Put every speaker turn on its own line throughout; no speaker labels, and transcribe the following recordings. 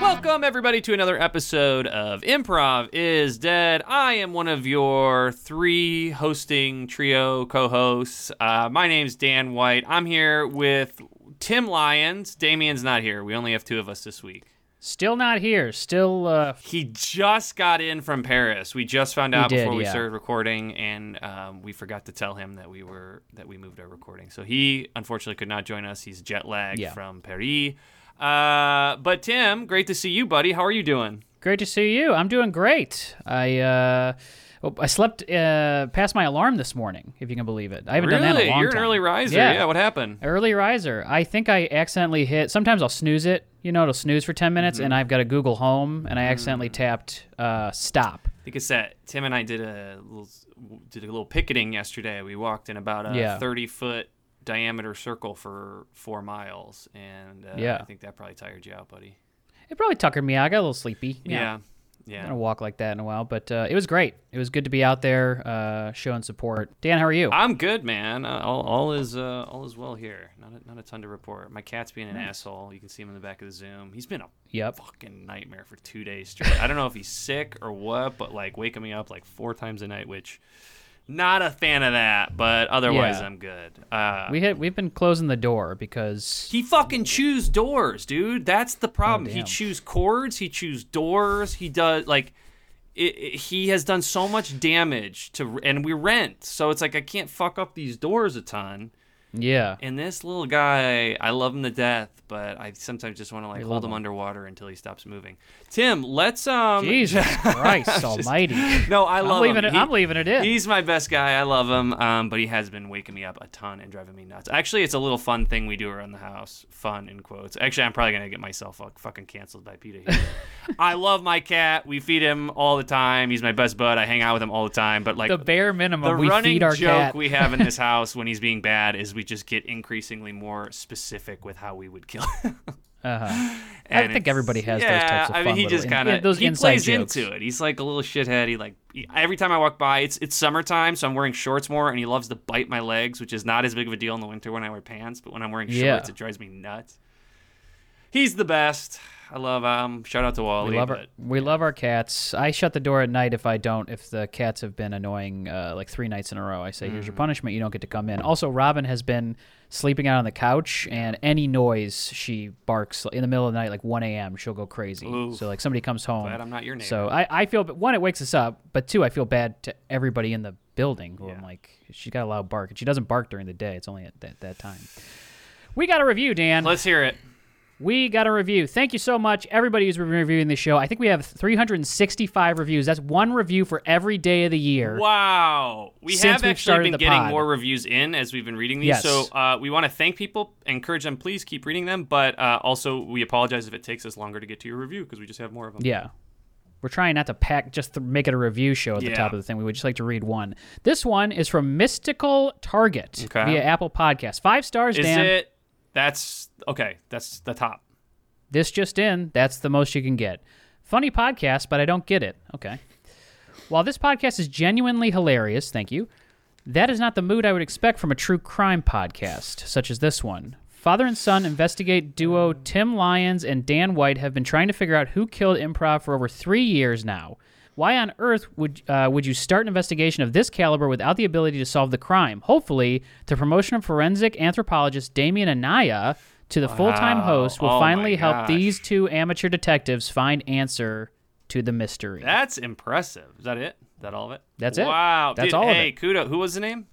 Welcome, everybody, to another episode of Improv is Dead. I am one of your three hosting trio co hosts. Uh, my name's Dan White. I'm here with Tim Lyons. Damien's not here. We only have two of us this week.
Still not here. Still, uh,
He just got in from Paris. We just found out
did,
before we
yeah.
started recording, and um, we forgot to tell him that we were that we moved our recording. So he unfortunately could not join us. He's jet lagged
Yeah.
from Paris. Uh, but Tim, great to see you, buddy. How are you doing?
great to see you. I'm doing great. I, uh, oh, I slept uh, past my alarm this morning, if you can believe it. I haven't done that in
Really,
a long
you're an
time.
early riser. Yeah.
Yeah.
what happened?
Early riser. I think I accidentally hit. Sometimes I'll snooze it. You know, it'll snooze for ten minutes,
Mm-hmm.
and I've got a Google Home, and I accidentally
Mm.
tapped uh, stop.
I think it's that Tim and I did a little did a little picketing yesterday. We walked in about a
Yeah.
30 foot diameter circle for four miles, and uh,
Yeah.
I think that probably tired you out, buddy.
It probably tuckered me out. I got a little sleepy.
Yeah,
I
yeah.
haven't walked like that in a while, but uh, it was great. It was good to be out there uh, showing support. Dan, how are you?
I'm good, man. Uh, all, all is uh, all is well here. Not a, not a ton to report. My cat's being an asshole. You can see him in the back of the Zoom. He's been a
yep.
fucking nightmare for two days straight. I don't know if he's sick or what, but like waking me up like four times a night, which not a fan of that. But otherwise,
Yeah.
I'm good. Uh,
We hit. We've been closing the door because
he fucking chews doors, dude. That's the problem. he
damn.
chews cords. He chews doors. He does like. It, it- he has done so much damage to, and we rent, so it's like I can't fuck up these doors a ton.
yeah.
And this little guy, I love him to death, but I sometimes just want to like hold
love
him,
him.
underwater until he stops moving. Tim, let's um.
Jesus Christ Almighty!
No, I
I'm
love
leaving
him.
it.
He-
I'm leaving it in.
He's my best guy. I love him, um, but he has been waking me up a ton and driving me nuts. Actually, it's a little fun thing we do around the house. Fun in quotes. Actually, I'm probably gonna get myself like, fucking canceled by Peter. Here. I love my cat. We feed him all the time. He's my best bud. I hang out with him all the time. But like
the bare minimum.
the
we
running
feed our
joke
cat.
we have in this house when he's being bad is we just get increasingly more specific with how we would kill him.
uh-huh.
And
think
it's-
everybody has those
yeah,
types of
I mean,
fun
he
little
just
in-
kind of
yeah, those
he
inside
plays
jokes.
into it. He's like a little shithead. He like he- every time I walk by, it's it's summertime, so I'm wearing shorts more, and he loves to bite my legs, which is not as big of a deal in the winter when I wear pants, but when I'm wearing shorts,
Yeah.
it drives me nuts. He's the best. I love him. Shout out to Wally.
We love our
but-
we love our cats. I shut the door at night if I don't if the cats have been annoying uh, like three nights in a row. I say
Mm.
here's your punishment. You don't get to come in. Also, Robin has been sleeping out on the couch, and any noise she barks in the middle of the night, like 1 a.m., she'll go crazy.
Oof.
So like somebody comes home.
Glad I'm not your neighbor.
So I I feel but one it wakes us up, but two I feel bad to everybody in the building who I'm like she's got a loud bark and she doesn't bark during the day. It's only at that, that time. We got a review, Dan.
Let's hear it.
We got a review. Thank you so much, everybody who's been reviewing the show. I think we have 365 reviews. That's one review for every day of the year.
Wow. We
Since
have
we've
actually
started
been
the
getting
pod.
more reviews in as we've been reading these.
Yes.
So uh, we want to thank people, encourage them, please keep reading them. But uh, also, we apologize if it takes us longer to get to your review because we just have more of them.
Yeah. We're trying not to pack, just to make it a review show at
Yeah.
the top of the thing. We would just like to read one. This one is from Mystical Target
Okay.
via Apple Podcast. Five stars,
Is
Dan.
it? That's okay. That's the top.
This just in, that's the most you can get. Funny podcast, but I don't get it. Okay. While this podcast is genuinely hilarious, thank you, that is not the mood I would expect from a true crime podcast, such as this one. Father and son investigate duo Tim Lyons and Dan White have been trying to figure out who killed improv for over three years now. Why on earth would uh, would you start an investigation of this caliber without the ability to solve the crime? Hopefully, the promotion of forensic anthropologist Damien Anaya to the full-time host will
Oh my
finally help
gosh.
these two amateur detectives find answer to the mystery.
That's impressive. Is that it? Is that all of it?
That's it.
Wow.
That's
Dude,
all of
hey,
it.
kudos. Who was the name?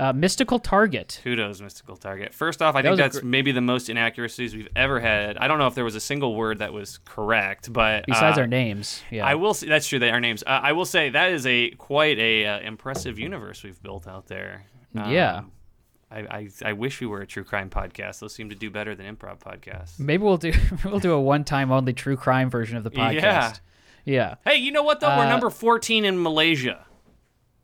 Uh, mystical target.
Kudos, Mystical Target. First off, I
That
think
was a
that's
gr-
maybe the most inaccuracies we've ever had. I don't know if there was a single word that was correct, but
Besides
uh,
our names, yeah.
I will say that's true. They are names. Uh, I will say that is a quite a uh, impressive universe we've built out there. Um,
Yeah.
I, I I wish we were a true crime podcast. Those seem to do better than improv podcasts.
Maybe we'll do we'll do a one-time only true crime version of the podcast.
Yeah.
Yeah.
Hey, you know what though? we're
Uh,
number fourteen in Malaysia.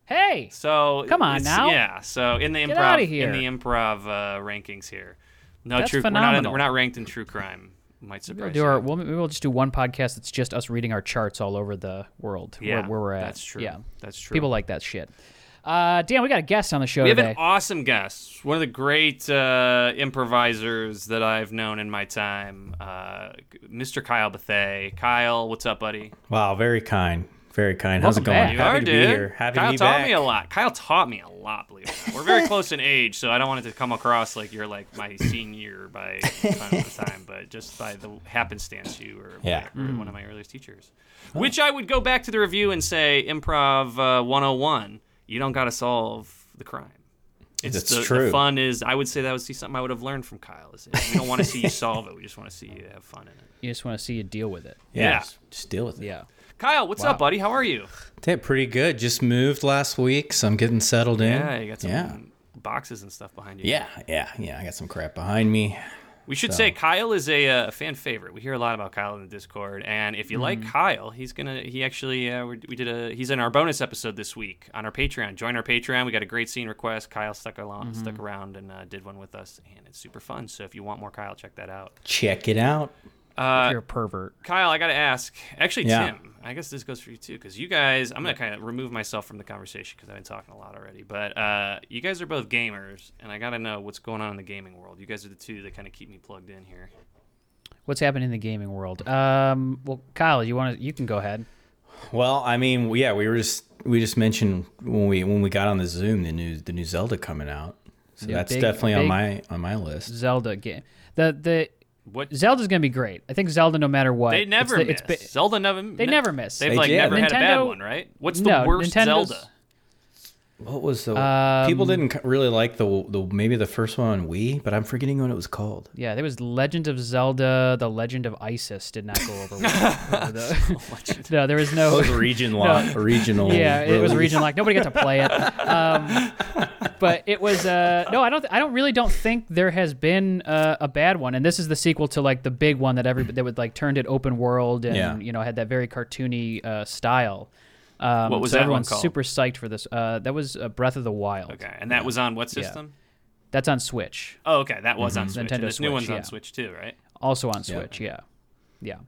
Hey,
So
Come on
it's-
now.
Yeah. So in the
Get
improv
outta here.
in the improv uh, rankings here. No
That's
true. We're not in,
phenomenal.
we're not ranked in true crime. Might surprise
we'll do
you.
our we'll, maybe we'll just do one podcast that's just us reading our charts all over the world
yeah.
where, where we're at.
That's true.
Yeah.
That's true.
People like that shit. Uh, Dan, we got a guest on the show
We have
today.
an awesome guest, one of the great uh, improvisers that I've known in my time, uh, Mr. Kyle Bethay. Kyle, what's up, buddy?
Wow, very kind. Very kind. How's it
Welcome
going?
back.
You
Happy
are,
to
dude.
be here. Happy
Kyle
to be
taught
back.
me a lot. Kyle taught me a lot. Believe it. or not. We're very close in age, so I don't want it to come across like you're like my senior by the time, of the time, but just by the happenstance you were my-
Yeah.
were one of my earliest teachers. Which I would go back to the review and say, Improv uh, 101. You don't got to solve the crime. It's
That's
the, the
true.
fun is. I would say that would see something I would have learned from Kyle. Is it? We don't want to see you solve it. We just want to see you have fun in it.
you just want to see you deal with it.
Yeah.
Yeah.
Just, just deal with it.
Yeah.
Kyle, what's up, buddy? How are you?
Did pretty good. Just moved last week, so I'm getting settled in.
Yeah, you got some
Yeah.
boxes and stuff behind you.
Yeah, yeah, yeah. I got some crap behind me.
We should say Kyle is a uh, fan favorite. We hear a lot about Kyle in the Discord, and if you like Kyle, he's gonna. He actually, uh, we, we did a. He's in our bonus episode this week on our Patreon. Join our Patreon. We got a great scene request. Kyle stuck along, stuck around, and uh, did one with us, and it's super fun. So if you want more Kyle, check that out.
Check it out.
Uh,
if you're a pervert.
Kyle, I gotta ask. Actually,
Yeah.
Tim, I guess this goes for you too, because you guys. I'm gonna kind of remove myself from the conversation because I've been talking a lot already. But uh, you guys are both gamers, and I gotta know what's going on in the gaming world. You guys are the two that kind of keep me plugged in here.
What's happening in the gaming world? Um, well, Kyle, you want to? You can go ahead.
Well, I mean, yeah, we were just we just mentioned when we when we got on the Zoom the new the new Zelda coming out. So
Yeah,
that's
big-
definitely on
big-
my on my list.
Zelda game. The the
What
Zelda's gonna be great. I think Zelda, no matter what,
They
it's
never
the-
miss.
it's ba-
Zelda never. They
never miss.
They've
They
like
did.
never had a bad
Nintendo-
one, right? What's the
no,
worst
Nintendo's-
Zelda?
What was the people didn't c- really like the the maybe the first one on Wii, but I'm forgetting what it was called.
Yeah, there was Legend of Zelda. The Legend of Isis did not go over. well. The- no, there was no.
It was region lot, regional.
Yeah, it was
release.
region like nobody got to play it. Um, but it was uh, no, I don't. I don't really don't think there has been uh, a bad one. And this is the sequel to like the big one that every that would like turned it open world and
Yeah.
you know had that very cartoony uh, style. Um,
What was
so
that one
everyone's
called?
super psyched for this. Uh, that was uh, Breath of the Wild.
Okay, and that was on what system?
That's on Switch.
Oh, okay, that was on Switch. and
Mm-hmm. Nintendo
this new one's
Switch, yeah.
on Switch too, right?
also on Switch. Yeah, yeah.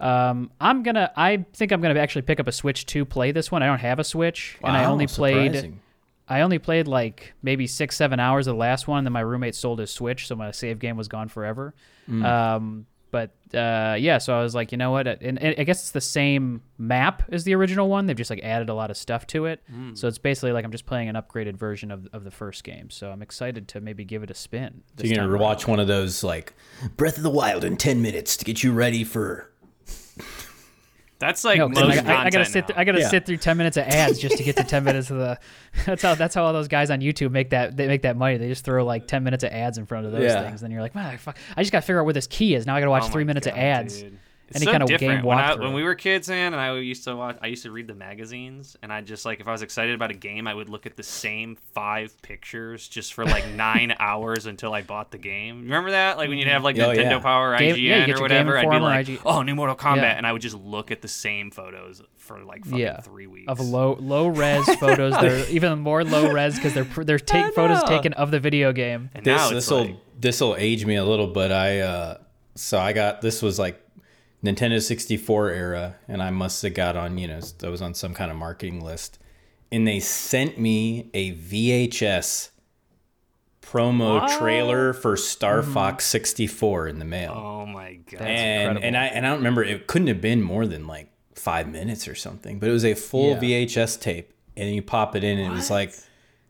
Um, I'm gonna. I think I'm gonna actually pick up a Switch to play this one. I don't have a Switch, and I
Wow,
only played.
surprising.
I only played like maybe six, seven hours of the last one. Then my roommate sold his Switch, so my save game was gone forever.
Mm.
Um, but uh, yeah, so I was like, you know what? And, and I guess it's the same map as the original one. They've just like added a lot of stuff to it. So it's basically like I'm just playing an upgraded version of, of the first game. So I'm excited to maybe give it a spin.
So you're gonna watch one of those like Breath of the Wild in ten minutes to get you ready for.
That's like
No, 'cause
most
I, I- I gotta
content
sit.
now.
Th- I gotta
Yeah.
sit through ten minutes of ads just to get to ten minutes of the. That's how. That's how all those guys on YouTube make that. They make that money. They just throw like ten minutes of ads in front of those
Yeah.
things. Then you're like, wow, fuck. I just gotta figure out where this key is. Now I gotta watch
Oh
three
my
minutes of
God,
ads.
dude. It's
Any
so
kind of
different.
game
when, I,
walkthrough.
when we were kids, man, and I used to watch, I used to read the magazines, and I just like if I was excited about a game, I would look at the same five pictures just for like nine hours until I bought the game. Remember that? Like when you'd have like
Oh,
Nintendo
yeah.
Power, or
Game- Mm-hmm. yeah,
IGN,
you get your
or
Game
whatever. I'd be
Informer,
like,
IG
oh, new Mortal Kombat,
Yeah.
and I would just look at the same photos for like fucking
Yeah.
three weeks.
Of low low res photos, they're even more low res because they're pr- they're take photos
know.
taken of the video game.
and
This
now it's
this will
like,
this will age me a little, but I uh so I got this was like Nintendo 64 era, and I must have got on you know I was on some kind of marketing list, and they sent me a VHS promo trailer for Star
Mm-hmm.
Fox 64 in the mail.
oh my god.
and and I and I don't remember it couldn't have been more than like five minutes or something, but it was a full VHS tape, and you pop it in, and it was like.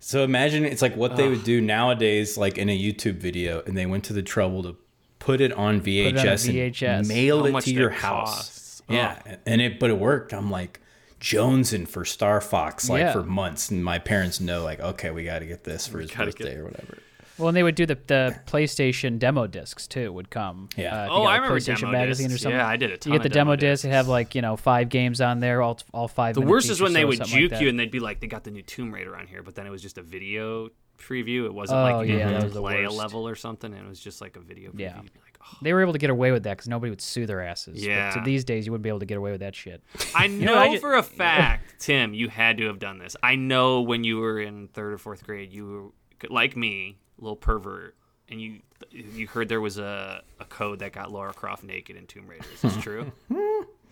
So imagine it's like what they would do nowadays, like in a YouTube video, and they went to the trouble to put it on VHS,
on a
and
VHS.
mail
How
it
much
to
that
your house.
costs.
Yeah, and it but it worked. I'm like jonesing for Star Fox like
Yeah.
for months, and my parents know like okay, we got to get this for his
gotta get-
birthday or whatever.
Well, and they would do the, the PlayStation demo discs too. Would come. Uh,
Yeah.
if you
Oh,
got
I
a
remember
PlayStation
demo
magazine or
discs.
something.
Yeah, I did a ton
You
of
get the
demo
demo disc. It have
discs.
like you know five games on there, all all five.
The worst is when they would juke you and they'd be like, "They got the new Tomb Raider on here," but then it was just a video preview. It wasn't
Oh,
like you
yeah,
didn't
that
have
was
to
the
play a
worst.
level or something. And it was just like a video preview.
Yeah.
You'd be like, oh.
They were able to get away with that because nobody would sue their asses.
Yeah.
But to these days, you wouldn't be able to get away with that shit.
I
know,
know
I ju-
for a fact, Tim, you had to have done this. I know when you were in third or fourth grade, you were like me, little pervert, and you you heard there was a, a code that got Laura Croft naked in Tomb Raider. Is this true?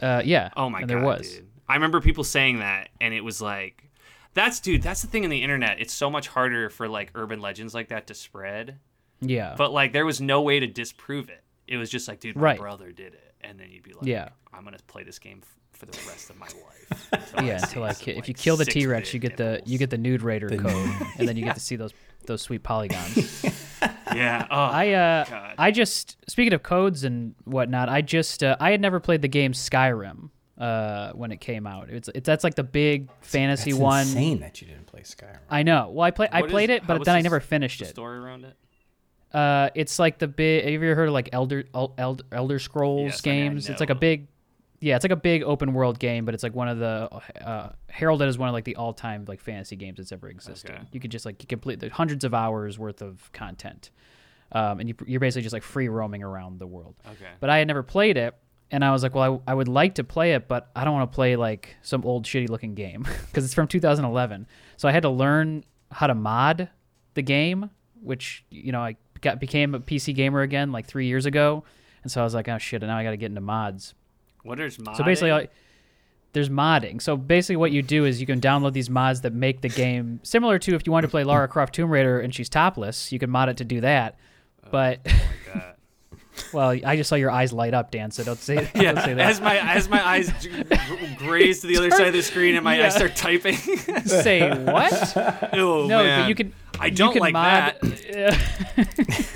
Uh, yeah.
Oh my
and
god,
there was.
dude! I remember people saying that, and it was like, That's dude. That's the thing in the internet. It's so much harder for like urban legends like that to spread.
Yeah.
But like, there was no way to disprove it. It was just like, dude, my
Right.
brother did it, and then you'd be like,
Yeah.
I'm gonna play this game f- for the rest of my life. until
yeah,
see
until I
some,
ki- if
like,
you kill the
six
T Rex,
bit
you get the
animals."
you get the nude raider code, and then you get to see those those sweet polygons.
yeah. Oh, I
I uh
God.
I just speaking of codes and whatnot, I just uh, I had never played the game Skyrim uh when it came out. It's it's that's like the big fantasy
That's
one.
insane that you didn't play Skyrim.
I know. Well, I play I
What is-
played it,
how
but
was
then I
this-
never finished
the
it.
story around it.
Uh, it's like the big. Have you ever heard of like Elder El- El- Elder Scrolls
Yes, I mean, I
games? it's like a
know.
big, yeah, it's like a big open world game, but it's like one of the uh, heralded as one of like the all time like fantasy games that's ever existed.
Okay.
You could just like complete the hundreds of hours worth of content, um, and you, you're basically just like free roaming around the world.
Okay.
But I had never played it, and I was like, well, I, I would like to play it, but I don't want to play like some old shitty looking game because it's from 2011. So I had to learn how to mod the game, which you know I got became a PC gamer again like three years ago, and so I was like, oh shit, and now I got to get into mods.
What is modding?
So basically, all, there's modding. So basically, what you do is you can download these mods that make the game similar to if you wanted to play Lara Croft Tomb Raider and she's topless, you can mod it to do that. But
God.
well, I just saw your eyes light up, Dan. So don't say, don't say
yeah.
that.
As my as my eyes g- g- graze to the other side of the screen and my
Yeah.
I start typing.
say what?
oh,
No,
man.
but you can.
I
you
don't
can
like
mod,
that.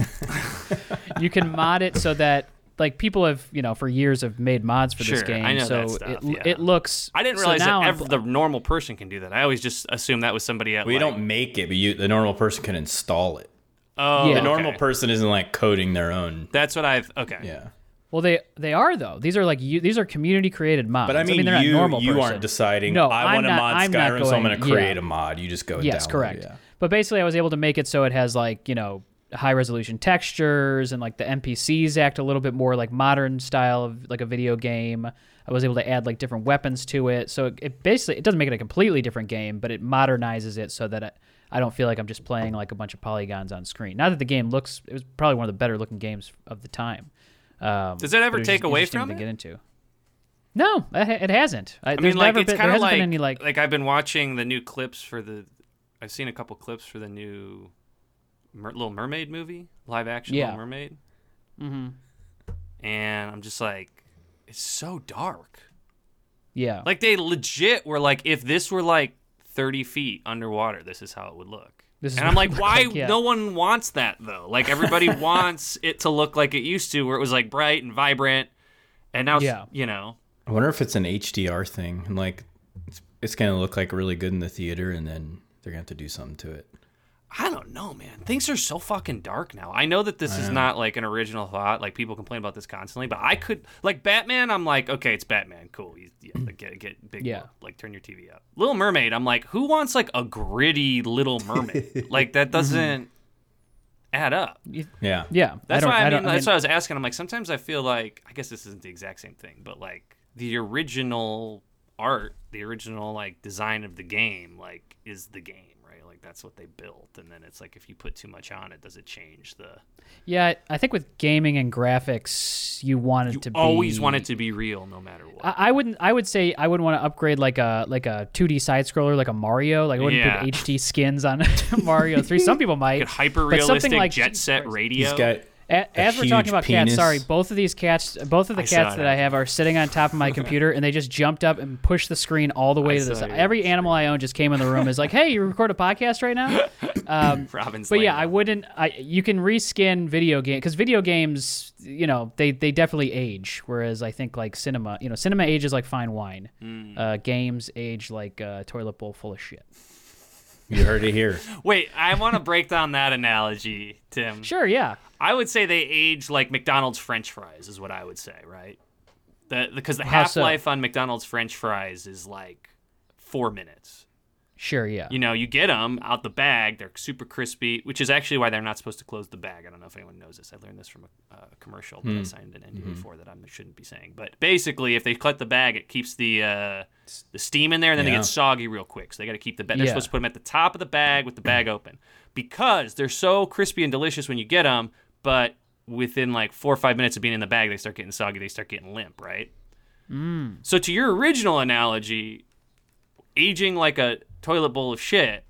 you can mod it so that like people have you know for years have made mods for this
Sure,
game,
I know
so
that stuff,
it
yeah.
it looks.
I didn't
so
realize
now
that
I'm-
ever, the normal person can do that. I always just assumed that was somebody at.
We
like,
don't make it, but you the normal person can install it.
Oh,
Yeah.
The
okay.
normal person isn't like coding their own.
That's what I've. Okay.
Yeah.
well, they they are though. These are like you. These are community created mods.
But I mean,
they're not
you,
normal.
you
person.
aren't deciding,
No,
I
I'm
want to
not-
mod
I'm not
Skyrim, so I'm
going-
going to create
yeah.
a mod. You just go and
Yes,
download it,
correct.
yeah.
But basically, I was able to make it so it has like you know high resolution textures and like the NPCs act a little bit more like modern style of like a video game. I was able to add like different weapons to it, so it, it basically it doesn't make it a completely different game, but it modernizes it so that it, I don't feel like I'm just playing like a bunch of polygons on screen. Not that the game looks, it was probably one of the better looking games of the time. Um,
Does that ever
but was
take
just
away
interesting
from
to
it?
get into? No, it it hasn't. I,
I mean, like it's
there
kind of
hasn't
like,
been any like
I've been watching the new clips for the. I've seen a couple clips for the new, Mer- Little Mermaid movie, live action
Yeah.
Little Mermaid. Mm-hmm. And I'm just like, it's so dark.
yeah.
Like they legit were like, if this were like 30 feet underwater, this is how it would look.
This is
and I'm
what
like,
it would
why?
look like, yeah.
No one wants that though. Like everybody wants it to look like it used to, where it was like bright and vibrant, and now it's,
Yeah.
you know,
I wonder if it's an HDR thing and like it's, it's going to look like really good in the theater and then they're going to have to do something to it.
I don't know, man. Things are so fucking dark now. I know that this is not like an original thought. Like people complain about this constantly, but I could like Batman. I'm like, okay, it's Batman. Cool. You, yeah, like, get get big.
Mm. Yeah.
Like turn your TV up. Little Mermaid. I'm like, who wants like a gritty Little Mermaid? like
Mm-hmm.
that doesn't add up.
Yeah.
yeah,
That's
I don't,
why I,
I
mean,
don't, I mean,
that's why I was asking. I'm like, sometimes I feel like I guess this isn't the exact same thing, but like the original art, the original like design of the game, like is the game, right? Like that's what they built, and then it's like if you put too much on it, does it change the?
Yeah, I- I think with gaming and graphics, you want it
You
to be,
always want it to be real, no matter what.
I, I wouldn't. I would say I wouldn't want to upgrade like a like a 2D side scroller, like a Mario. Like I wouldn't
Yeah.
put HD skins on Mario Three. Some people might.
Like hyper
but something
realistic
like
jet set radio.
He's got
A- as we're talking
huge
about cats,
penis.
sorry, both of these cats, both of the
I saw
cats that
that.
I have are sitting on top of my computer, and they just jumped up and pushed the screen all the way
I
to the
saw
side.
your
Every animal I own just came in the room. Is like, hey, you record a podcast right now? Um,
Robin's
But yeah, I
Land.
wouldn't. I you can reskin video game because video games, you know, they they definitely age. Whereas I think like cinema, you know, cinema ages like fine wine.
Hmm.
Uh, games age like a toilet bowl full of shit.
You heard it here.
Wait, I want to break down that analogy, Tim.
Sure, yeah,
I would say they age like McDonald's French fries is what I would say, right? The because the
How
half
so?
life on McDonald's French fries is like four minutes.
sure, yeah.
You know, you get them out the bag; they're super crispy, which is actually why they're not supposed to close the bag. I don't know if anyone knows this. I learned this from a, uh, commercial
Hmm.
that I signed an NDA
Mm-hmm.
for that I shouldn't be saying. But basically, if they cut the bag, it keeps the uh, the steam in there, and then they
Yeah.
get soggy real quick. So they got to keep the bag. They're
Yeah. Mm.
supposed to put them at the top of the bag with the bag open because they're so crispy and delicious when you get them. But within like four or five minutes of being in the bag, they start getting soggy. They start getting limp,
Mm.
right? So to your original analogy, aging like a toilet bowl of shit.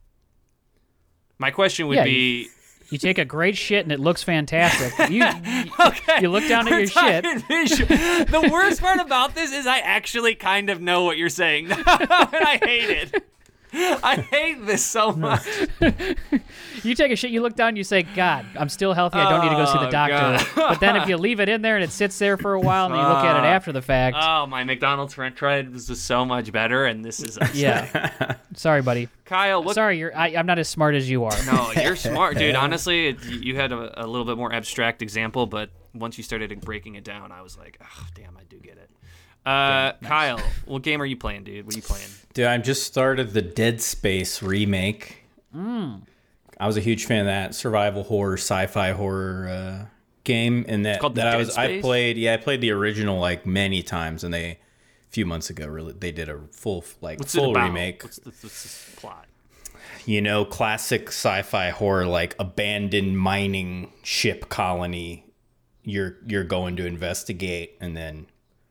My question would
Yeah,
be
You take a great shit and it looks fantastic. You, you-
okay.
you look down at
we're
your shit.
talking visual- The worst part about this is I actually kind of know what you're saying, and I hate it. I hate this so much.
you take a shit, you look down, you say, "God, I'm still healthy. I don't need to go see the
Oh,
doctor."
God.
but then if you leave it in there and it sits there for a while and you look at it
Fuck.
after the fact,
Oh, my McDonald's French fries was just so much better, and this is
yeah. Sorry, buddy.
Kyle. Look,
Sorry, you're. I, I'm not as smart as you are.
no, you're smart, dude. Honestly, it, you had a, a little bit more abstract example, but once you started breaking it down, I was like, oh, damn, I do get it. Uh, Kyle, what game are you playing, dude? What are you playing?
Dude, I just started the Dead Space remake. I was a huge fan of that survival horror, sci-fi horror uh, game, and that
called
that
Dead
I was I
Space?
played. Yeah, I played the original like many times, and they a few months ago really they did a full like
What's it
full
about?
remake.
What's the, what's the plot?
you know, classic sci-fi horror, like abandoned mining ship colony. You're you're going to investigate, and then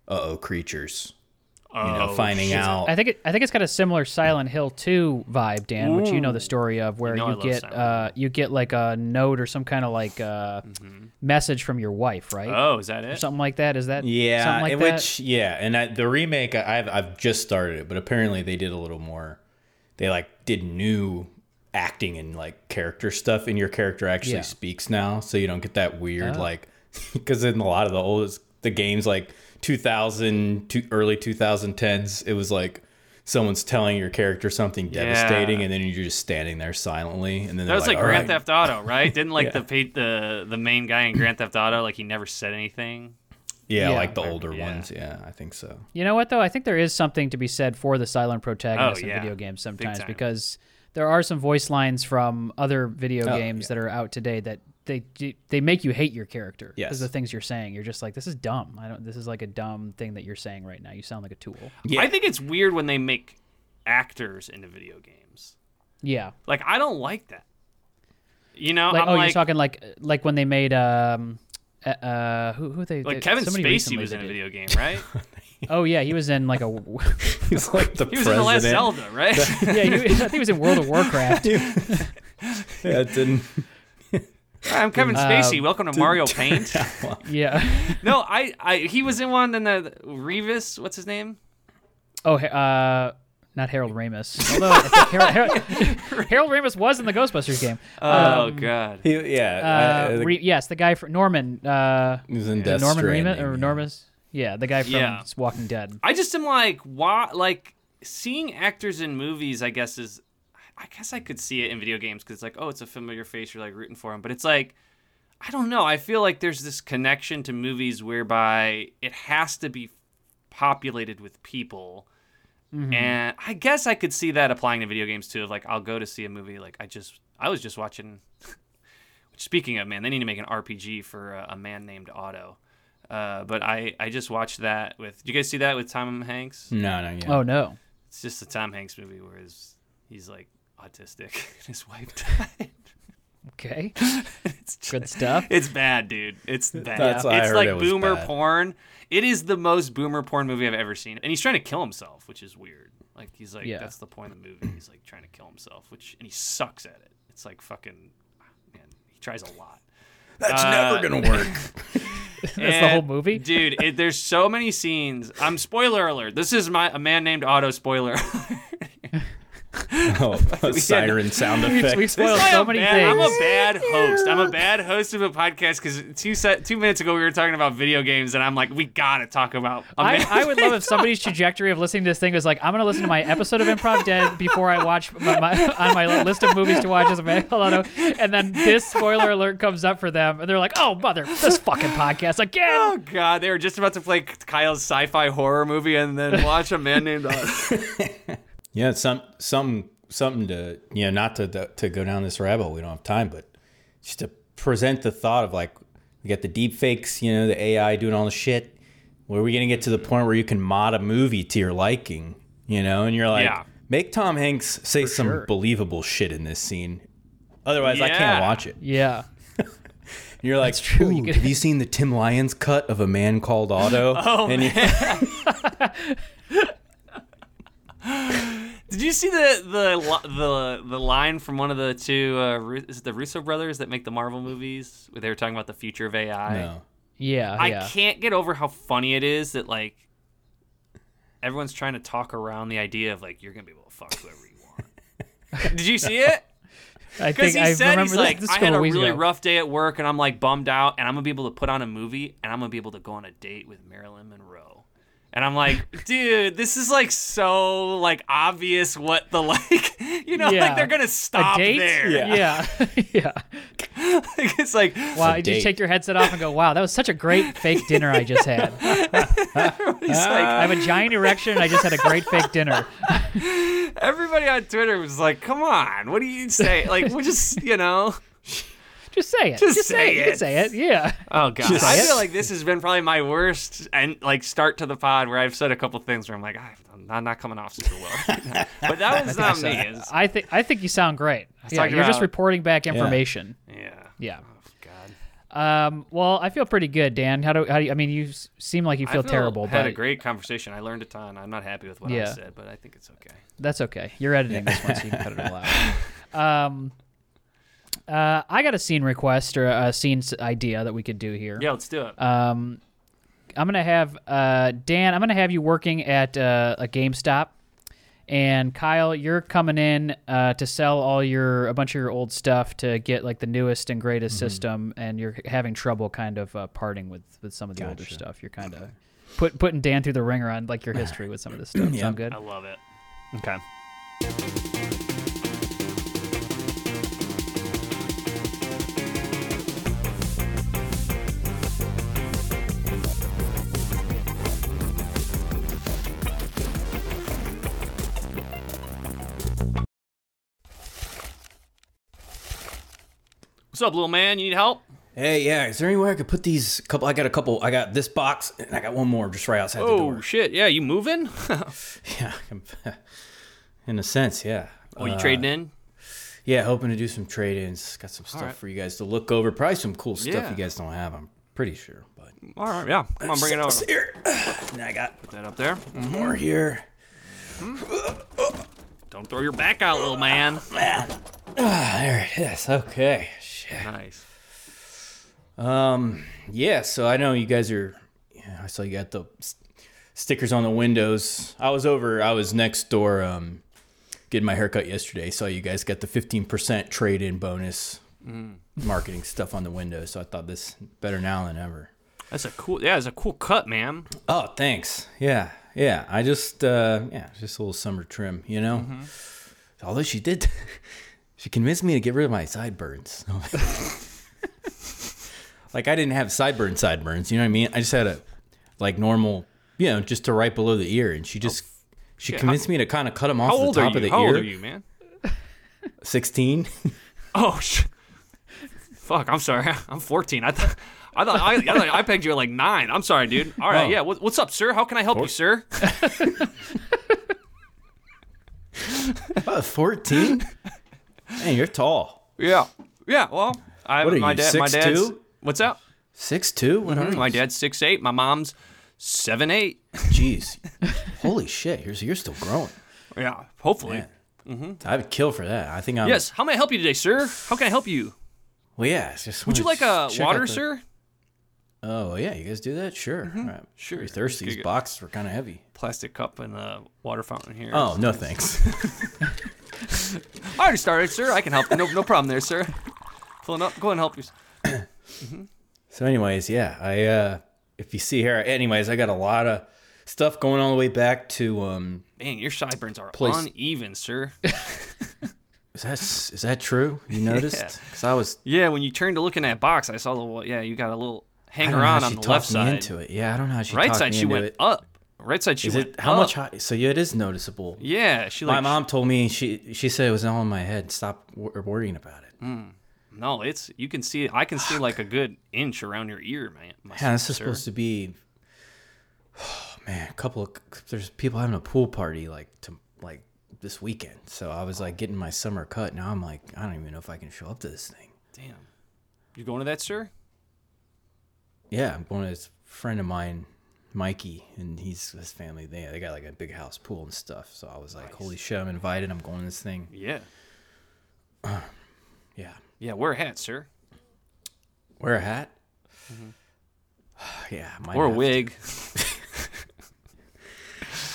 uh oh, creatures. You know,
Oh,
finding out.
I think it, I think it's got a similar Silent Hill 2 vibe, Dan, which you know the story of, where you,
Mm. know I love
get
Silent
uh, you get like a note or some kind of like uh, message from your wife, right?
Mm-hmm. Oh, is that it?
something like that. Is that
Yeah,
Something like
and
that?
which yeah, and I, the remake I- I've I've just started it, but apparently they did a little more. They like did new acting and like character stuff, and your character actually
Yeah. Ah.
speaks now, so you don't get that weird like because in a lot of the oldest the games like 2000 to early 2010s, it was like someone's telling your character something devastating, and then you're just standing there silently, and then
That
they're
was like,
"All
Grand
right."
Theft Auto, right? Didn't like the the the the main guy in Grand Theft Auto like he never said anything.
yeah,
Yeah.
like the older
Yeah.
ones, yeah, I think so.
You know what though? I think there is something to be said for the silent protagonist
Oh,
in
yeah.
video games sometimes
time.
because there are some voice lines from other video
Oh,
games that are out today that they they make you hate your character because
Yes.
the things you're saying you're just like this is dumb. I don't. This is like a dumb thing that you're saying right now. You sound like a tool.
Yeah.
I think it's weird when they make actors into video games.
Yeah.
Like I don't like that. You know,
Like
I'm
oh,
like
you're talking like like when they made um. uh, Uh, who, who they
like
they-
Kevin
somebody
Spacey
recently
was
they
in a
did.
video game, right?
Oh yeah, he was in like a
He's like the
He was in the last
president.
Zelda, right?
yeah. He, I think he was in World of Warcraft.
Yeah, it didn't.
I'm Kevin
Um,
Spacey. Welcome to Mario Paint.
Yeah.
No, I, I he was in one. Then the Revis, what's his name?
Oh, Har- uh, not Harold Ramis. Although I think Harold, Harold, Harold Ramis was in the Ghostbusters game.
Uh,
Oh God.
He, yeah,
Uh,
I- I-
Re- yes, the guy from Norman. Uh,
he was in Death
Norman Remus
Stranding,
or
yeah.
Normus? Yeah, the guy from
Yeah.
Walking Dead.
I just am like, why? Like seeing actors in movies, I guess is, I guess I could see it in video games because it's like, oh, it's a familiar face. You're like rooting for him, but it's like, I don't know. I feel like there's this connection to movies whereby it has to be populated with people. And I guess I could see that applying to video games too. Of like, I'll go to see a movie. Like, I just, I was just watching. Speaking of man, they need to make an RPG for uh, a man named Otto. Uh, but I, I just watched that with. Do you guys see that with Tom Hanks?
No, no, yeah.
Oh no.
It's just a Tom Hanks movie where his, he's like autistic and his wife died.
Okay.
it's just,
Good stuff.
It's bad, dude. It's bad.
That's- I
it's
heard
like
it was
boomer
bad.
porn. It is the most boomer porn movie I've ever seen. And he's trying to kill himself, which is weird. Like he's like
Yeah.
that's the point of the movie. He's like trying to kill himself, which and he sucks at it. It's like fucking man, he tries a lot.
That's
Uh,
never gonna work.
That's
the whole movie?
dude. It, there's so many scenes. I'm spoiler alert. This is my a man named Otto spoiler.
oh, a siren sound
We, we
effect.
spoiled
I
so
am
many
bad-
things.
I'm a bad host. I'm a bad host of a podcast because two se- two minutes ago we were talking about video games, and I'm like, we gotta talk about. a
I,
man-
I would love if somebody's trajectory of listening to this thing was like, I'm going to listen to my episode of Improv Dead before I watch my, my, on my list of movies to watch as a man, Hello, and then this spoiler alert comes up for them, and they're like, oh, mother, this fucking podcast again.
Oh god, they were just about to play Kyle's sci-fi horror movie and then watch a man named uh, Oz.
yeah, some some something to you know, not to to go down this rabbit. hole. We don't have time, but just to present the thought of like we got the deep fakes, you know, the AI doing all the shit. Where are we gonna get to the point where you can mod a movie to your liking? You know, and you're like,
Yeah.
make Tom Hanks say some
sure.
believable shit in this scene. Otherwise, I
Yeah.
can't watch it.
Yeah.
And you're like,
true,
"Ooh,
you could-
have you seen the Tim Lyons cut of a man called Otto? oh, and you-
Did you see the the li- the the line from one of the two? Uh, Ru- is it the Russo brothers that make the Marvel movies? Where they were talking about the future of AI.
No.
Yeah,
I
yeah.
can't get over how funny it is that like everyone's trying to talk around the idea of like you're gonna be able to fuck whoever you want. Did you see it?
I
Because
think
he
I
said
remember
he's
this-
like,
this
I
from
had a
week
really
ago.
rough day at work, and I'm like bummed out, and I'm gonna be able to put on a movie, and I'm gonna be able to go on a date with Marilyn Monroe. And I'm like, dude, this is like so like obvious what the like you know
Yeah.
like they're gonna
a
stop
date.
there.
Yeah, yeah.
Like, it's like
Wow,
a
you just
date.
take your headset off and go, "Wow, that was such a great fake dinner I just had."
it's like
I have a giant erection and I just had a great fake dinner.
everybody on Twitter was like, come on, what do you say? Like we just you know.
Just say it.
Just say
You can
it.
say it. Yeah.
Oh god,
Just-
I feel like this has been probably my worst and like start to the pod where I've said a couple things where I'm like, "Ah, I'm not, not coming off super well. but that was not me. It's-
I think I think you sound great. Yeah,
talked
you're just
about-
reporting back information.
yeah.
Yeah.
Oh god.
Um, well, I feel pretty good, Dan. How do, how do you, I mean? You s- seem like you feel,
I
terrible,
Had
but
a great conversation. I learned a ton. I'm not happy with what I
Yeah.
said, but I think it's okay.
that's okay. You're editing this one, so you can cut it all out. Um, uh, I got a scene request or a scene s- idea that we could do here.
Yeah, let's do it.
Um, I'm gonna have uh, Dan. I'm gonna have you working at uh, a GameStop, and Kyle, you're coming in uh, to sell all your a bunch of your old stuff to get like the newest and greatest
Mm-hmm.
system, and you're having trouble kind of uh, parting with with some of the older stuff. You're kind of put putting Dan through the ringer on like your history with some of this stuff.
Yeah.
Sound good?
I love it.
Okay.
What's up, little man? You need help?
Hey, yeah. Is there anywhere I could put these? Couple. I got a couple. I got this box, and I got one more just right outside the
Oh
door.
shit! Yeah, you moving?
Yeah. I'm- in a sense, yeah. Uh,
oh, you trading in?
Yeah, hoping to do some trade-ins. Got some stuff
right.
for you guys to look over. Probably some cool stuff
Yeah.
you guys don't have. I'm pretty sure. But
All right, yeah. Come on, bring it over.
It's here. And I got
Put that up there.
more here.
Don't throw your back out, little man.
Ah, there it is. Okay. Shit.
Nice.
Um. Yeah. So I know you guys are. Yeah, I saw you got the s- stickers on the windows. I was over. I was next door. Um, getting my haircut yesterday. Saw you guys got the 15% trade-in bonus. Marketing stuff on the windows. So I thought this better now than ever.
That's a cool. Yeah, it's a cool cut, man.
Oh, thanks. Yeah, yeah. I just, uh, yeah, just a little summer trim, you know.
Mm-hmm.
Although she did, she convinced me to get rid of my sideburns. like I didn't have sideburn sideburns, you know what I mean? I just had a like normal, you know, just to right below the ear, and she just. she
shit.
convinced me to kind of cut them off
Oh, How
the
old are
top of
you?
the
How
ear.
old are you, man?
Sixteen.
Oh, sh- fuck! I'm sorry. I'm 14. I thought I thought I, I, thought I pegged you at like nine. I'm sorry, dude. All right,
Oh.
yeah. What, what's up, sir? How can I help you, sir?
Fourteen. Man, you're tall.
Yeah, yeah. Well, I
What are
my
you,
dad. my dad's
6'2"?
what's up?
Six two. What are you?
My dad's six eight. My mom's seven eight.
Jeez. Holy shit! You're you're still growing.
Yeah, hopefully.
I would mm-hmm. kill for that. I think I'm.
Yes. How may I help you today, sir? How can I help you?
Well, yeah. It's just
Would you like a water, sir? Mm-hmm.
Oh, yeah. You guys do that? Sure. All right. Sure. You're thirsty. These boxes were kind of heavy.
Plastic cup and a water fountain here.
Oh, no, thanks.
I already started, sir. I can help. No, no problem there, sir. Pulling up. Go and help you.
so, anyways, yeah. I, uh, if you see here, anyways, I got a lot of stuff going all the way back to, um,
Man, your sideburns are
Place-
uneven, sir.
is that, is that true? You noticed? Because I was,
Yeah, when you turned to look in that box, I saw the wa- yeah. You got a little
I
hanger
don't know
on
how she
on the
talked
left
me
side.
into it. Yeah. I don't know how she
Right
talked
side,
me
she
into
went
it.
up. Right side, she
Is
went
it, how
up.
much, high, so yeah, it is noticeable.
Yeah, she
My
like.
mom told me she, she said it was all in my head. Stop wor- worrying about it.
No, it's you can see. I can see like a good inch around your ear, man.
Yeah, this
sir.
is supposed to be. Oh, man, a couple of there's people having a pool party like to like this weekend. So I was like getting my summer cut. Now I'm like I don't even know if I can show up to this thing.
Damn, you going to that, sir?
Yeah, I'm going to this friend of mine, Mikey and he's his family. They they got like a big house, pool, and stuff. So I was like, holy shit, I'm invited. I'm going to this thing.
Yeah.
Yeah,
Yeah, wear a hat, sir.
wear a hat. yeah, might
Mm-hmm. Or a
have to.
wig.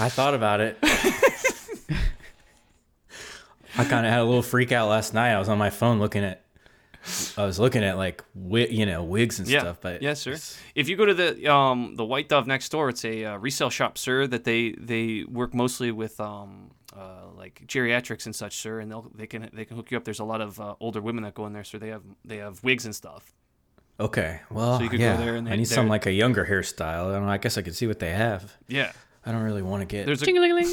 I thought about it. I kind of had a little freak out last night. I was on my phone looking at, I was looking at like wi- you know wigs and
Yeah.
stuff. But
yes, sir.
it's-
If you go to the um the White Dove next door, it's a uh, resale shop, sir. That they they work mostly with um uh, like geriatrics and such, sir. And they'll they can they can hook you up. There's a lot of uh, older women that go in there, sir. They have they have wigs and stuff.
Okay, well,
So you could go
yeah,
there and
I
they-
need some
they're-
like a younger hairstyle. I, don't know, I guess I could see what they have.
Yeah.
I don't really want to get.
There's a
Jingling.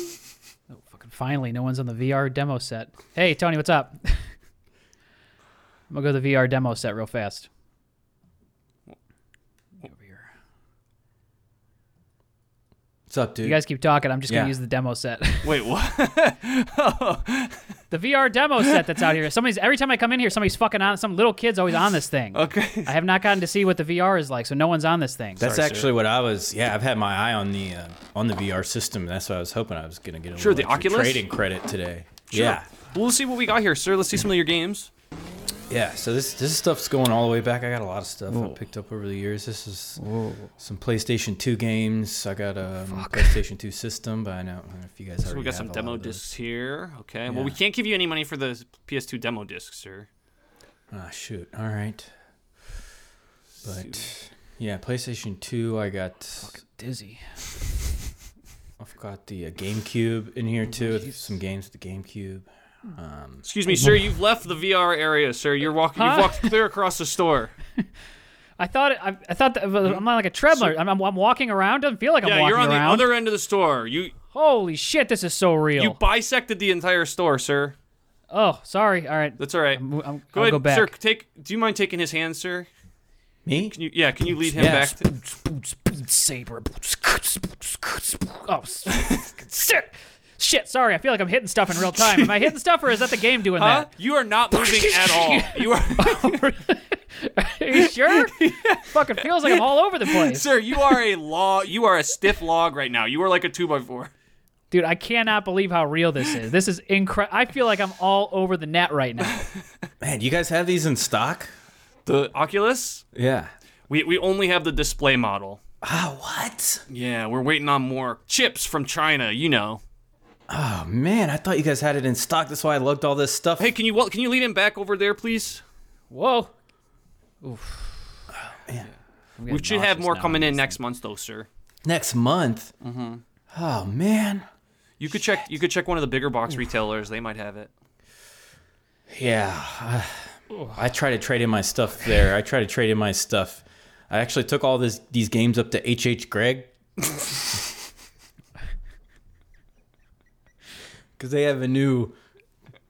Oh, fucking finally, no one's on the VR demo set. Hey, Tony, what's up? I'm gonna go to the VR demo set real fast. Over here.
What's up, dude?
You guys keep talking. I'm just
Yeah.
gonna use the demo set.
wait what?
the VR demo set that's out here. Somebody's every time I come in here, somebody's fucking on. Some little kid's always on this thing.
okay.
I have not gotten to see what the VR is like, so no one's on this thing.
That's
Sorry, sir.
actually what I was. Yeah, I've had my eye on the uh, on the VR system. That's what I was hoping I was gonna get a
Sure,
little
the
extra
Oculus?
trading credit today.
Sure.
Yeah,
Well, let's see what we got here, sir. Let's see some of your games.
yeah. So this this stuff's going all the way back. I got a lot of stuff I picked up over the years. This is some PlayStation Two games. I got a um, PlayStation Two system, but I know, I don't know if you guys.
So
already
we got
have
some
a lot
demo
of those.
discs here. Okay. Well, we
Yeah.
can't give you any money for the PS2 demo discs, sir.
Ah, shoot. All right. But yeah, PlayStation Two. I got.
Dizzy.
I've got the uh, GameCube in here too. with Some games with the GameCube. Um,
Excuse me, sir. You've left the VR area, sir. You're walking. You've
Huh?
walked clear across the store.
I thought it, I, I thought that, I'm not like a treadmill. I'm, I'm, I'm walking around. Doesn't feel like I'm
yeah,
walking
you're on
around.
the other end of the store. You
Holy shit, this is so real.
you bisected the entire store, sir.
oh, sorry. All right.
That's all right.
I'm, I'm,
go
I'll
ahead,
go back.
sir. Take. Do you mind taking his hand, sir?
me?
Can you, yeah. Can you lead him
Yeah.
back? To,
Boots, boots, saber. Boots, boots, boots, boots, boots. Oh, s- shit. Shit, sorry. I feel like I'm hitting stuff in real time. Am I hitting stuff or is that the game doing
huh? You are not moving at all. You are,
that? Are you sure? Fucking feels like I'm all over the place.
sir. You are a log. You are a stiff log right now. You are like a two by four.
Dude, I cannot believe how real this is. This is incredible. I feel like I'm all over the net right now.
Man, you guys have these in stock?
The Oculus.
Yeah.
We we only have the display model.
Ah, what?
Yeah, we're waiting on more chips from China. You know.
Oh man, I thought you guys had it in stock. That's why I lugged all this stuff.
Hey, can you wel- can you lead him back over there, please?
Whoa. Oof. I'm
We
getting
should have
nauseous
more
now.
coming in next month, though, sir.
next month. Mm-hmm. Oh man.
You could check. You could check one of the bigger box retailers. They might have it.
Yeah. I, I try to trade in my stuff there. I try to trade in my stuff. I actually took all this these games up to HH Greg. Cause they have a new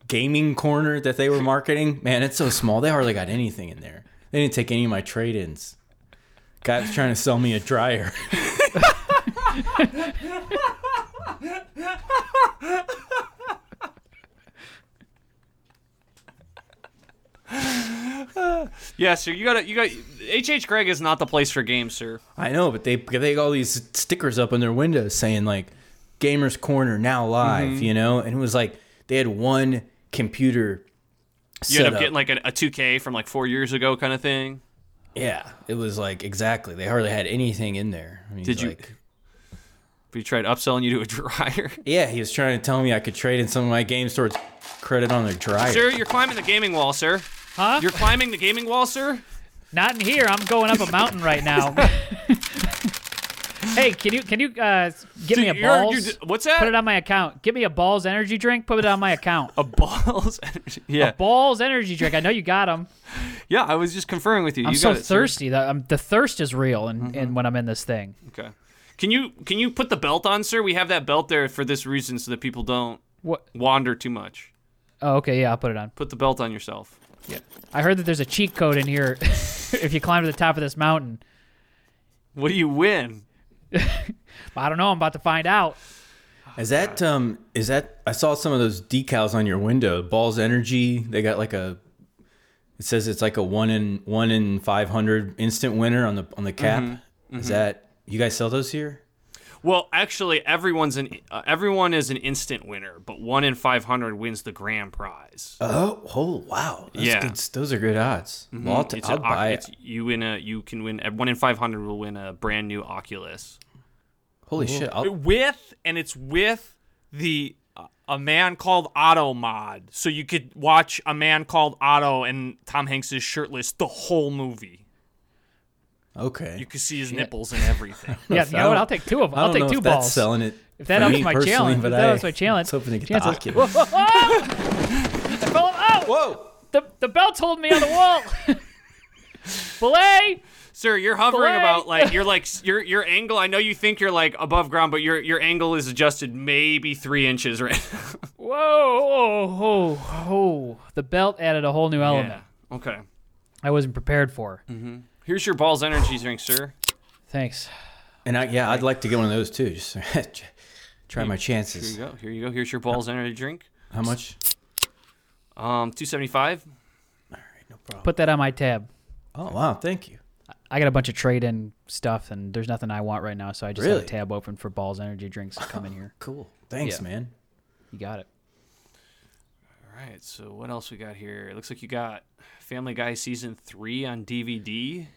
gaming corner that they were marketing. Man, it's so small. They hardly got anything in there. They didn't take any of my trade ins. Guy's trying to sell me a dryer.
Yeah, sir. You got. You got. HH Greg is not the place for games, sir.
I know, but they they got all these stickers up on their windows saying like "Gamers Corner now live,"
Mm-hmm.
you know, and it was like they had one computer.
You end
set
up getting like a, a 2K from like four years ago, kind of thing.
yeah, it was like exactly. They hardly had anything in there. I mean,
Did you-
like-
But you tried upselling you to a dryer.
Yeah, he was trying to tell me I could trade in some of my games towards credit on their dryer.
sir, you're climbing the gaming wall, sir.
Huh?
You're climbing the gaming wall, sir.
Not in here. I'm going up a mountain right now. hey, can you can you uh, get me a
Dude, you're-
balls?
you're- what's that?
Put it on my account. Get me a balls energy drink. Put it on my account.
a balls. energy- yeah.
balls energy drink. I know you got them.
yeah. I was just conferring with you.
I'm
you
so
got it, sir.
thirsty. That I'm, the thirst is real, and
Mm-hmm.
and when I'm in this thing.
Okay. Can you can you put the belt on, sir? We have that belt there for this reason, so that people don't
What?
wander too much.
Oh, okay. Yeah, I'll put it on.
Put the belt on yourself.
I heard that there's a cheat code in here. if you climb to the top of this mountain,
What do you win?
I don't know. I'm about to find out.
Is that um? Is that I saw some of those decals on your window. Balls Energy. They got like a. It says it's like a one in
Mm-hmm.
one in five hundred instant winner on the on the cap. Is that you guys sell those here?
Well, actually, everyone's an uh, everyone is an instant winner, but one in five hundred wins the grand prize.
Oh, oh wow. That's
Yeah.
good. those are good odds.
Mm-hmm.
Well, I'll, t-
It's
I'll
an,
buy
it's,
it.
you win a you can win uh, one in five hundred will win a brand new Oculus
Holy shit. I'll,
with and it's with the uh, a man called Otto mod. So you could watch a man called Otto and Tom Hanks is shirtless the whole movie.
okay.
You could see his nipples and everything.
Yeah, you know what? I'll take two of them. I'll
I don't
take
know
two
if
balls.
That's selling it.
If that
for
helps
me
my
personally,
challenge,
but
if that
I
helps my challenge,
was hoping to get
chances-
the Oculus. Whoa!
I fell in- oh! The, the belt's holding me on the wall. Belay!
Sir, you're hovering
Belay.
about like you're like s- your your angle. I know you think you're like above ground, but your your angle is adjusted maybe three inches right.
Whoa, oh, oh, oh. The belt added a whole new element
Okay.
I wasn't prepared for.
Here's your balls energy drink, sir.
Thanks.
And I, yeah, I'd like to get one of those too. Just try my chances.
Here you go. Here you go. Here's your balls energy drink.
How much?
Um, two seventy five.
No problem.
Put that on my tab.
Oh wow, thank you.
I got a bunch of trade in stuff, and there's nothing I want right now, so I just have
Really?
a tab open for Balls Energy Drinks to come in here.
Cool. Thanks,
Yeah.
man.
You got it.
All right. So what else we got here? It looks like you got Family Guy season three on DVD.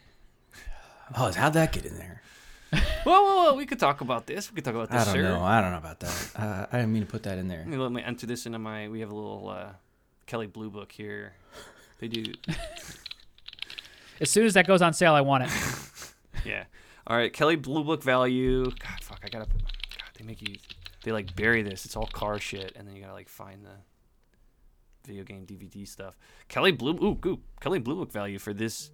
Oh, how'd that get in there?
Whoa, whoa, whoa! We could talk about this. We could talk about this,
I don't
sir.
know. I don't know about that. Uh, I didn't mean to put that in there.
Let me, let me enter this into my. We have a little uh, Kelly Blue Book here. They do.
As soon as that goes on sale, I want it.
Yeah. All right, Kelly Blue Book value. God, fuck, I gotta. God, they make you. They like bury this. It's all car shit, and then you gotta like find the video game DVD stuff. Kelly Blue. Ooh, ooh Kelly Blue Book value for this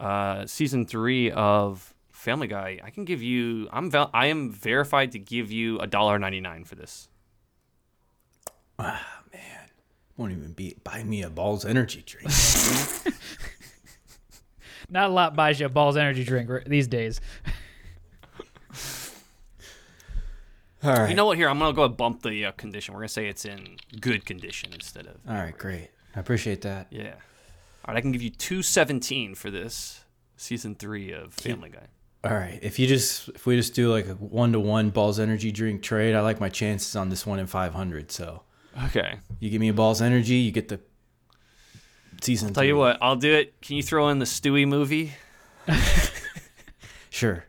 uh, season three of Family Guy. I can give you. I'm. Val- I am verified to give you a dollar ninety nine for this.
Won't even be buy me a balls energy drink.
Not a lot buys you a Balls Energy Drink r- these days.
All right.
You know what? Here, I'm gonna go and bump the uh, condition. We're gonna say it's in good condition instead of.
All right, great. I appreciate that.
Yeah. All right, I can give you two seventeen for this season three of Family Guy.
All right, if you just if we just do like a one to one balls energy drink trade, I like my chances on this one in five hundred. So
Okay.
you give me a balls energy, you get the season.
Tell you
three.
what, I'll do it. Can you throw in the Stewie movie?
sure.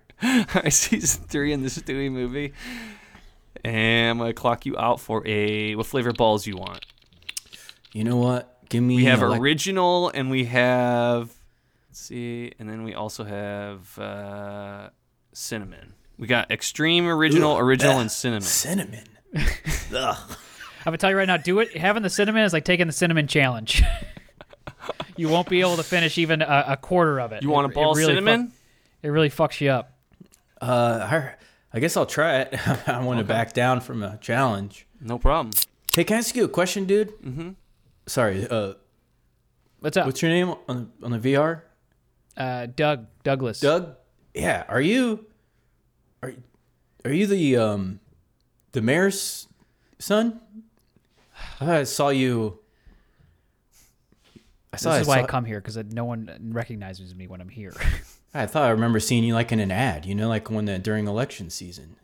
season three in the Stewie movie. And I'm gonna clock you out for a what flavor balls you want.
You know what? Give me.
We have
an elec-
original and we have let's see, and then we also have uh, cinnamon. We got extreme original, original, and cinnamon.
cinnamon. Ugh.
I'm gonna tell you right now, do it. Having the cinnamon is like taking the cinnamon challenge. you won't be able to finish even a, a quarter of it.
You want a
It- it
ball
really fuck-
cinnamon?
it really fucks you up.
Uh, I, I guess I'll try it. I want to back down from a challenge.
No problem.
Hey, can I ask you a question, dude? Mm-hmm. Sorry. Uh,
What's up,
what's your name on on the VR?
uh, Doug Douglas?
Doug? Yeah, are you are are you the um the mayor's son? I thought I saw you. I saw.
This
I,
is why I
saw-
come here because no one recognizes me when I'm here.
I thought I remember seeing you like in an ad. You know, like when the during election season.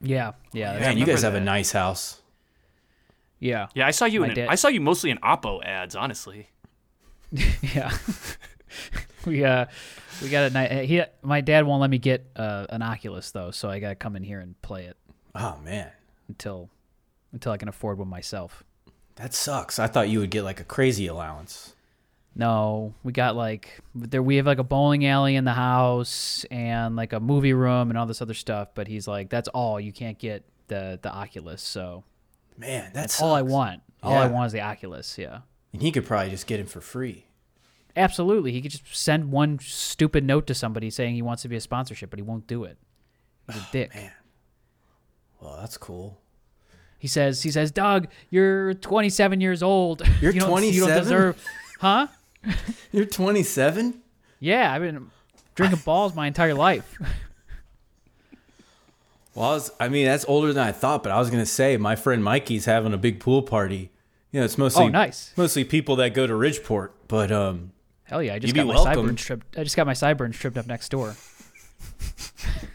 yeah, yeah, that's-
Man, you guys
remember
have
that.
a nice house.
yeah,
Yeah, I saw you
My
in an-
dad-
I saw you mostly in Oppo ads, honestly.
yeah. we uh, we got a night. uh, He, my dad won't let me get uh, an Oculus though, so I gotta come in here and play it
Oh man,
until until I can afford one myself.
that sucks. I thought you would get like a crazy allowance.
No, we got like there. We have like a bowling alley in the house and like a movie room and all this other stuff. But he's like, that's all you can't get the the Oculus. So
Man, that's
all I want, all I
Yeah.
want is the Oculus. Yeah,
And he could probably just get him for free.
absolutely. He could just send one stupid note to somebody saying he wants to be a sponsorship, but he won't do it. He's
Oh,
a dick.
Well, that's cool.
He says, he says, Doug, you're 27 years old.
You're
you don't- You
27?
don't deserve, huh?
You're 27.
Yeah, I've been drinking balls my entire life.
Well, I, was, I mean, that's older than I thought, but I was gonna say my friend Mikey's having a big pool party. You know, it's mostly
Oh, nice.
mostly people that go to Ridgeport, but um,
Hell yeah! I
You'd
just
be
got my
welcome.
sideburns stripped. I just got my sideburns stripped up next door.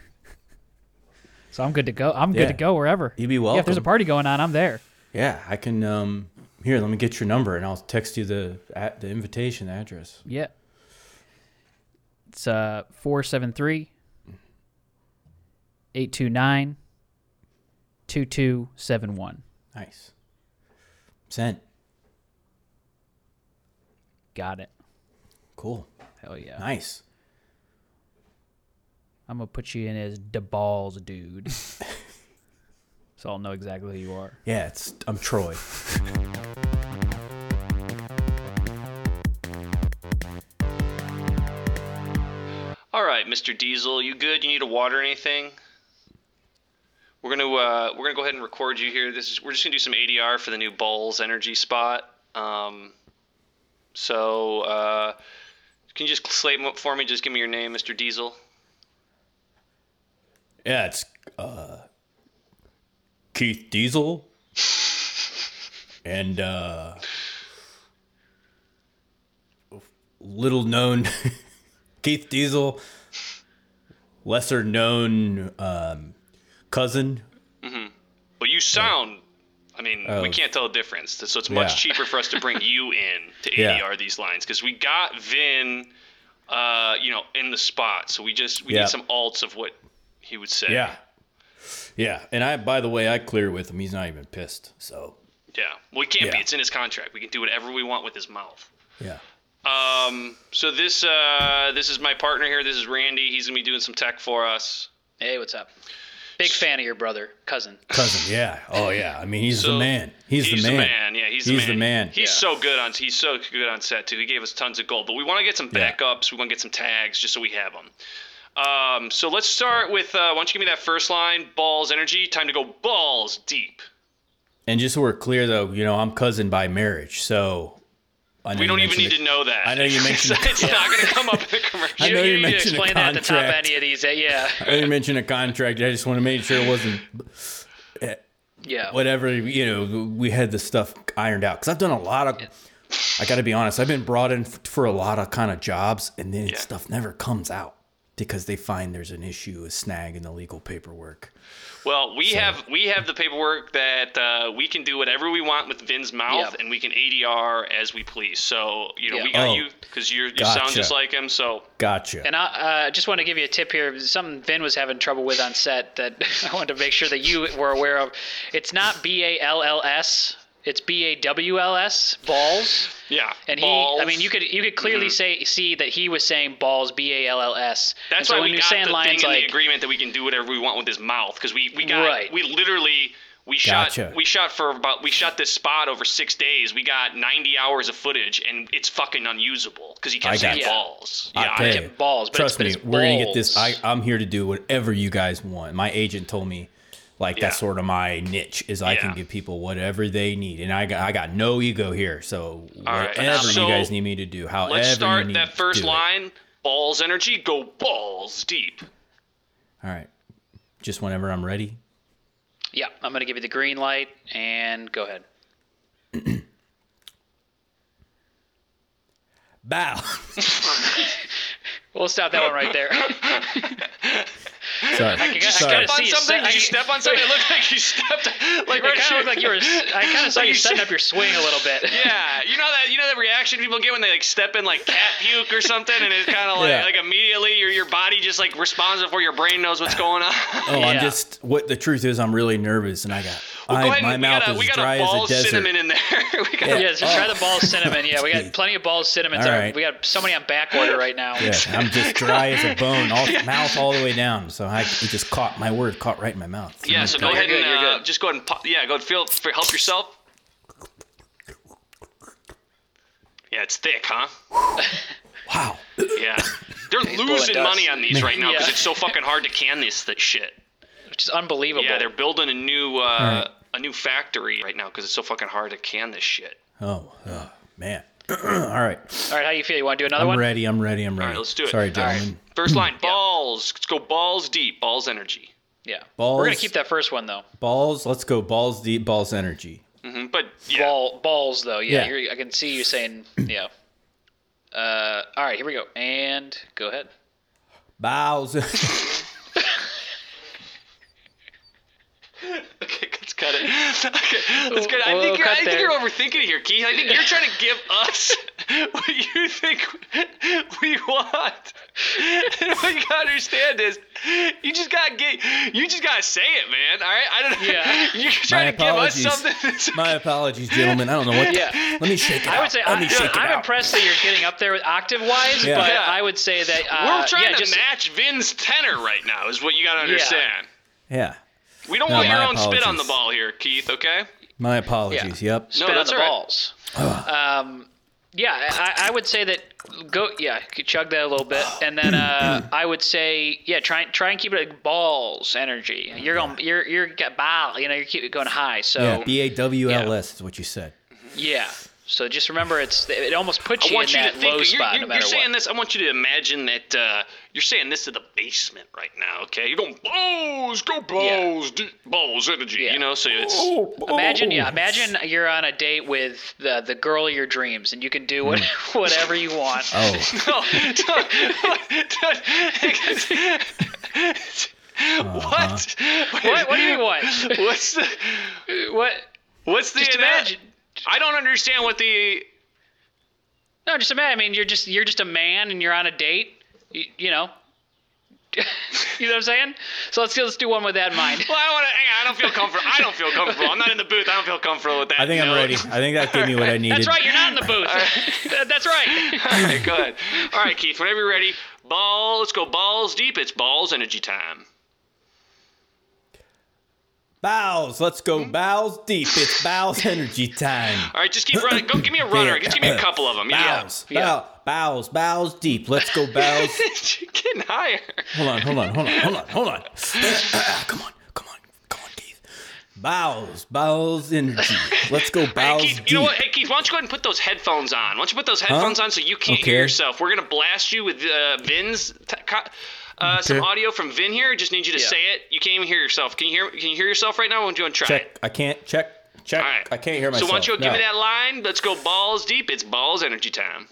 So I'm good to go. I'm good
Yeah.
to go wherever.
You'd be
Yeah, if there's a
welcome.
party going on, I'm there.
Yeah, I can. Um, here, let me get your number, and I'll text you the at the invitation address.
Yeah. It's uh 473 829 2271.
Nice. Sent.
Got it.
Cool.
Hell yeah.
Nice.
I'm going to put you in as DeBalls dude. so I'll know exactly who you are.
Yeah, it's I'm Troy.
All right, Mr. Diesel, you good? You need a water or anything? We're gonna uh, we're gonna go ahead and record you here. This is we're just gonna do some ADR for the new Bulls Energy spot. Um, so uh, can you just slate 'em up for me? Just give me your name, Mr. Diesel.
Yeah, it's uh, Keith Diesel and uh, little known Keith Diesel, lesser known um, cousin.
But you sound. I mean, we
Oh.
can't tell the difference. So it's much
Yeah.
cheaper for us to bring you in to
Yeah.
ADR these lines because we got Vin, uh, you know, in the spot. So we just we
Yeah.
need some alts of what he would say.
Yeah, yeah. And I, by the way, I clear with him. He's not even pissed. So
Yeah. Well, it can't be.
Yeah.
It's in his contract. We can do whatever we want with his mouth.
yeah,
Um. So this uh this is my partner here. This is Randy. He's gonna be doing some tech for us.
Hey, what's up? Big fan of your brother, cousin.
cousin. Yeah. Oh yeah. I mean, he's
So,
the man. He's,
He's
the man.
Yeah, he's,
He's
the
the
man.
man.
He's so good on he's so good on set too. He gave us tons of gold, but we want to get some
Yeah.
backups. We want to get some tags just so we have them. Um, so let's start with uh, why don't you give me that first line? Balls energy. Time to go balls deep.
And just so we're clear, though, you know, I'm cousin by marriage, so I know
We
you
don't even
mentioned
need
the-
to know that.
I know you mentioned-
it's not going to come up in the commercial.
I know you mentioned a
explain that at the top
contract.
any of these. uh, Yeah,
I didn't mention a contract. I just want to make sure it wasn't
yeah.
whatever. You know, we had the stuff ironed out because I've done a lot of. I got to be honest. I've been brought in f- for a lot of kind of jobs, and then stuff never comes out because they find there's an issue, a snag in the legal paperwork.
Well, we have we have the paperwork that uh, we can do whatever we want with Vin's mouth,
Yep.
and we can ADR as we please. So you know
Yeah.
we got
Oh.
you because you sound
Gotcha.
just like him. So
Gotcha.
And I uh, just want to give you a tip here. Something Vin was having trouble with on set that I wanted to make sure that you were aware of. It's not B A L L S. It's B A W L S. Balls.
yeah,
And he,
balls. Mm-hmm.
I mean, you could you could clearly say see that he was saying balls, B A L L S. and
That's
so
why
when
we
you're
got
saying
the thing
lines
in the
like,
agreement that we can do whatever we want with his mouth because we we got
Right.
we literally we shot
Gotcha.
we shot for about we shot this spot over six days. We got ninety hours of footage, and it's fucking unusable because he kept
I
saying
got-
balls.
I
Yeah,
tell
I
you,
kept
get balls, but
trust
it's- but
me,
it's
we're gonna get this. I,
balls.
I'm here to do whatever you guys want. My agent told me, like
Yeah.
that's sort of my niche is I
Yeah.
can give people whatever they need, and I got I got no ego here. So
right.
whatever
So,
you guys need me to do, however
Let's
you
start
need
that first
do it.
line. Balls energy, go balls deep.
All right, just whenever I'm ready.
yeah, I'm gonna give you the green light and go ahead.
Bow.
We'll stop that one right there.
Sorry.
I gotta
Step
Sorry.
on
see you
something?
se-
Did you
I-
step on something? It looked like you stepped. Like
It
right
kind
here.
of looked like you were. I kind of saw
Like
you
you
setting
said-
up your swing a little bit.
Yeah, you know that you know that reaction people get when they like step in like cat puke or something, and it's kind of like
Yeah.
like immediately your your body just like responds before your brain knows what's going on.
Oh,
Yeah.
I'm just. What the truth is, I'm really nervous, and I got. I,
Go ahead,
my
we
mouth
got a,
is
we got
dry
a ball
as a desert.
cinnamon in there. we got
Yeah, so try the ball cinnamon. Yeah, we got plenty of balls cinnamon.
Oh. All right.
We got so many on back order right now.
Yeah, I'm just dry as a bone, all, mouth all the way down. So I it just caught my word caught right in my mouth.
yeah. So go
you're
ahead
good,
and
you're
uh,
good.
just go ahead and pop, yeah, go ahead and feel f- help yourself. Yeah, it's thick, huh?
Wow.
Yeah, they're losing
dust.
money on these right now because
Yeah.
it's so fucking hard to can this th- shit.
Which is unbelievable.
Yeah, they're building a new uh, a new factory right now because it's so fucking hard to can this shit.
Oh, oh, man. all right.
All right, how you feel? You want to do another
I'm
one?
ready. I'm ready. I'm ready.
right, let's do it.
Sorry,
All right.
gentlemen.
Hmm.
First line, balls. Let's go balls deep, balls energy.
Yeah.
Balls.
We're gonna keep that first one though.
Balls. Let's go. Balls deep. Balls energy.
hmm But yeah,
Ball balls though. Yeah.
Yeah.
You're, I can see you saying yeah. Uh, all right, here we go. And go ahead.
Balls.
cut it. Okay, let's cut it. I,
We'll
think you're, I
cut
think
there.
you're overthinking it here, Keith. I think you're trying to give us what you think we want. And what you gotta understand is, you just gotta get, you just gotta say it, man. All right, I don't.
Yeah.
You're trying to give us
apologies.
something. That's,
My apologies, gentlemen. I don't know what.
Yeah.
The, let me shake it.
I
out.
would say
let
I,
me shake it
am
out.
impressed that you're getting up there with octave wise,
Yeah.
but
Yeah.
I would say that uh,
we're trying
yeah,
to
just,
match Vin's tenor right now. Is what you gotta understand.
Yeah.
We don't
No,
want your
my
own spit on the
apologies.
ball here, Keith. Okay.
My apologies. Yep.
spit
No,
on
that's
the
all right.
balls. um, yeah, I, I would say that go yeah chug that a little bit, and then uh, I would say yeah try try and keep it like balls energy. You're going you're you're got ball you know you keep it going high. So
Yeah.
yeah,
B A W L S is what you said.
so just remember it's it almost puts
I
you in
want you
that
to
low
think. You're,
spot
you're,
no
you're
matter
saying
what.
this. I want you to imagine that uh, you're saying this is the basement right now. Okay, you're going balls, go balls, d- balls energy.
Yeah. Oh,
You know, so it's
Imagine, yeah, imagine you're on a date with the the girl of your dreams, and you can do what, whatever you want.
Mm. Oh.
no, no, what?
Uh-huh.
What, what do you want?
What's the?
What?
What's the?
Just imagine.
I don't understand what the.
No, just imagine. I mean, you're just you're just a man, and you're on a date. You, you know. you know what I'm saying? So let's let's do one with that in mind.
Well, I don't want to. Hang on, I don't feel comfortable. I don't feel comfortable. I'm not in the booth. I don't feel comfortable with that.
I think
you know?
I'm ready. I think that gave me what I needed.
That's right. You're not in the booth. That- That's right.
All right, go ahead. All right, Keith. Whenever you're ready, ball. Let's go balls deep. It's balls energy time.
Bows. Let's go bows deep. It's bows energy time.
All right, just keep running. Go, give me a runner. Just give me a couple of them. Yeah.
Bows. Bow, bows. Bows deep. Let's go bows.
You're getting higher.
Hold on, hold on, hold on, hold on, hold on. come on, come on, come on, Keith. Bows, bows, energy. Let's go
Hey,
bows
Keith,
deep.
you know what? Hey, Keith, why don't you go ahead and put those headphones on? Why don't you put those headphones on so you can't
Okay.
hear yourself? We're going to blast you with uh, Vin's. T- co- uh, Some audio from Vin here. I Just need you to say it. You can't even hear yourself. Can you hear? Can you hear yourself right now? Why don't you go and try it?
Check. I can't. Check. Check.
All right.
I can't hear myself.
So why don't you go
no.
give me that line? Let's go balls deep. It's balls energy time.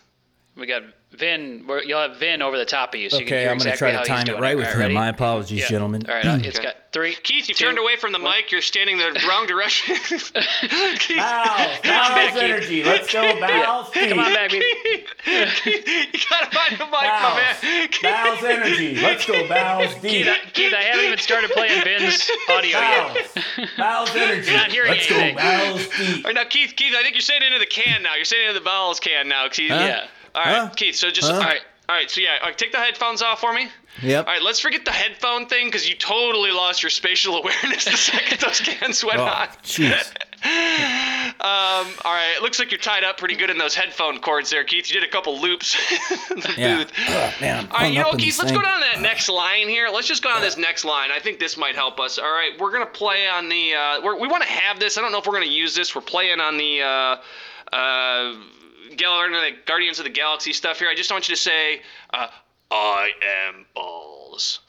We got Vin. we're- You'll have Vin over the top of you, so you can
Okay,
hear
I'm gonna
exactly
try to
how he's
time
doing
it right with
All
him.
ready?
My apologies,
Yeah.
gentlemen.
All right, uh, it's got three.
Keith, you've turned away from the mic. You're standing the wrong direction. Keith,
Bows, bows, energy. Let's go bows deep.
Come on back, baby.
you gotta find the mic, my man. Keith,
Bows, energy. Let's go bows deep.
Keith, I haven't even started playing Vin's audio yet.
bows, energy.
not hearing Let's go anything.
bows deep.
All right, now, Oh, Keith, Keith, I think you're saying into the can now. You're saying into the balls can now. Keith.
Yeah.
All right,
Huh?
Keith. So just
Huh?
all right, all right. So yeah, all right, take the headphones off for me.
Yep.
All right, let's forget the headphone thing because you totally lost your spatial awareness the second those cans went on.
Oh, jeez.
Um, all right, it looks like you're tied up pretty good in those headphone cords there, Keith. You did a couple loops in the
Yeah.
booth.
Ugh, man, I'm
All right,
hung
you know,
up
what,
in
Keith,
this
let's
thing.
go down to that next line here. Let's just go down this next line. I think this might help us. All right, we're gonna play on the. Uh, we're, we want to have this. I don't know if we're gonna use this. We're playing on the. Uh, uh, Gal- the Guardians of the Galaxy stuff here. I just want you to say, uh, "I am balls."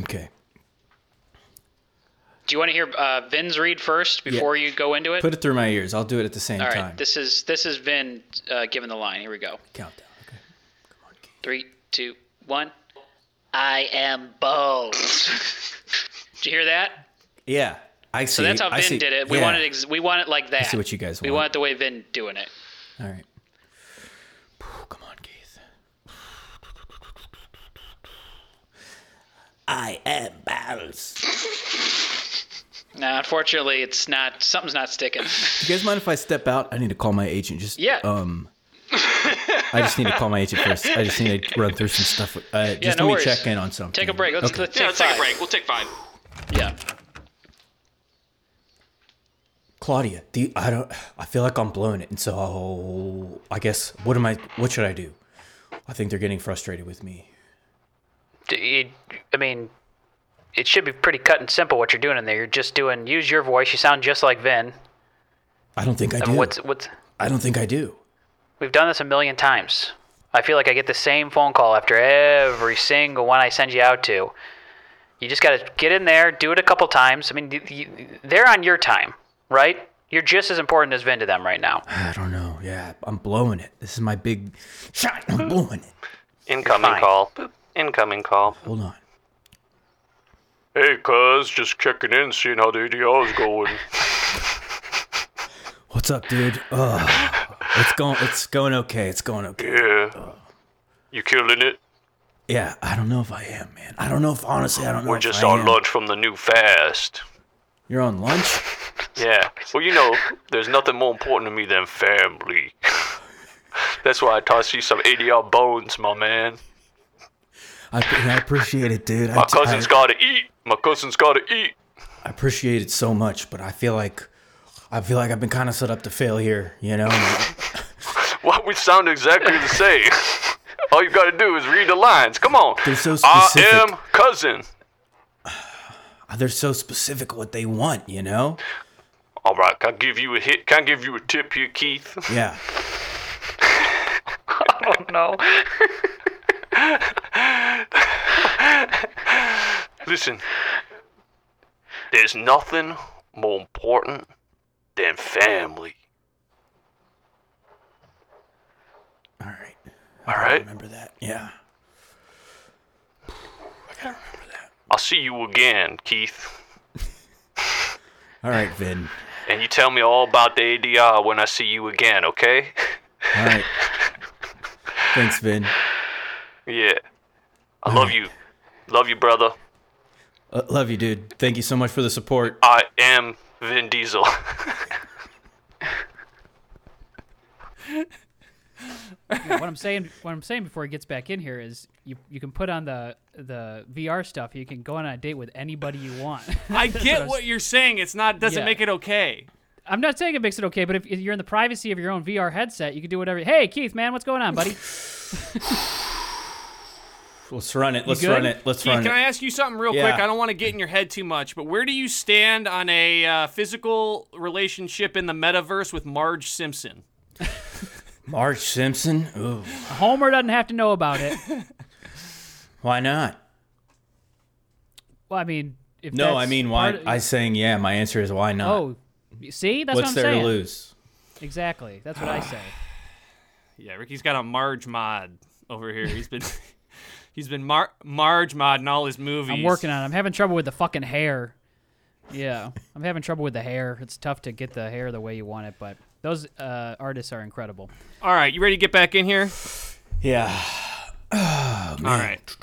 Okay.
Do you want to hear uh, Vin's read first before you go into it?
Put it through my ears. I'll do it at the same
All right,
time.
this is this is Vin uh, giving the line. Here we go.
Countdown. Okay. Come on, Keith.
Three, two, one. I am bones. Did you hear that?
Yeah. I see.
So that's how
I
Vin
see.
did it. We
yeah.
want it. Ex- we want it like that.
see what you guys
We
want.
want it the way Vin doing it.
All right. Phew, Come on, Keith. I am Battles.
Now, unfortunately, it's not. Something's not sticking.
Do you guys mind if I step out? I need to call my agent. Just
Yeah.
Um. I just need to call my agent first. I just need to run through some stuff. Uh, just
no
let me
worries.
check in on something.
Take a break. Let's,
Okay.
let's take,
Yeah, let's take a
five.
break. We'll take five.
Yeah.
Claudia, do you, I don't. I feel like I'm blowing it, and so I guess what am I? What should I do? I think they're getting frustrated with me.
I mean, it should be pretty cut and simple what you're doing in there. You're just doing. Use your voice. You sound just like Vin.
I don't think I do.
What's what's
I don't think I do.
We've done this a million times. I feel like I get the same phone call after every single one I send you out to. You just got to get in there, do it a couple times. I mean, y y they're on your time, right? You're just as important as Vin to them right now.
I don't know. Yeah, I'm blowing it. This is my big shot. I'm blowing it.
Incoming call. Incoming call.
Hold on.
Hey, cuz, just checking in, seeing how the EDR is going.
What's up, dude? Ugh. It's going. It's going okay. It's going okay.
Yeah. You killing it?
Yeah. I don't know if I am, man. I don't know if honestly. I don't know.
We're
if
just
I
on
am.
lunch from the new fast.
You're on lunch.
Yeah. Well, you know, there's nothing more important to me than family. That's why I tossed you some ADR bones, my man.
I, I appreciate it, dude. I
My
t-
cousin's
I-
gotta eat. My cousin's gotta eat.
I appreciate it so much, but I feel like I feel like I've been kind of set up to fail here. You know,
Why we sound exactly the same? All you gotta do is read the lines. Come on.
They're so specific.
I am cousin.
they're so specific what they want. You know?
All right, can I give you a hit? Can I give you a tip here, Keith?
Yeah.
Oh, no.
Listen, there's nothing more important than family.
All right.
All right?
Remember that. Yeah.
I'll see you again, Keith.
All right, Vin.
And you tell me all about the ADR when I see you again, okay?
All right. Thanks, Vin.
yeah. I love you. Love you, brother.
Uh, love you, dude. Thank you so much for the support.
I am Vin Diesel.
what I'm saying, what I'm saying before he gets back in here is, you you can put on the the VR stuff. You can go on a date with anybody you want.
I get what you're saying. It's not doesn't
Yeah.
make it okay.
I'm not saying it makes it okay, but if you're in the privacy of your own VR headset, you can do whatever. Hey, Keith, man, what's going on, buddy?
Let's run it. Let's
good?
run it. Let's
Keith,
run
can I
it.
ask you something real
Yeah.
quick? I don't want to get in your head too much, but where do you stand on a uh, physical relationship in the metaverse with Marge Simpson?
Marge Simpson. Ooh.
Homer doesn't have to know about it.
Why not?
Well, I mean, if
No,
that's
I mean, why?
part of-
I saying yeah. My answer is why not?
oh, see, that's
What's
what I'm
there
saying.
to lose?
Exactly, that's what I say.
Yeah, Ricky's got a Marge mod over here. He's been he's been Mar- Marge mod in all his movies.
I'm working on. it. I'm having trouble with the fucking hair. Yeah, I'm having trouble with the hair. It's tough to get the hair the way you want it, but those uh, artists are incredible.
All right, you ready to get back in here?
Yeah.
All right.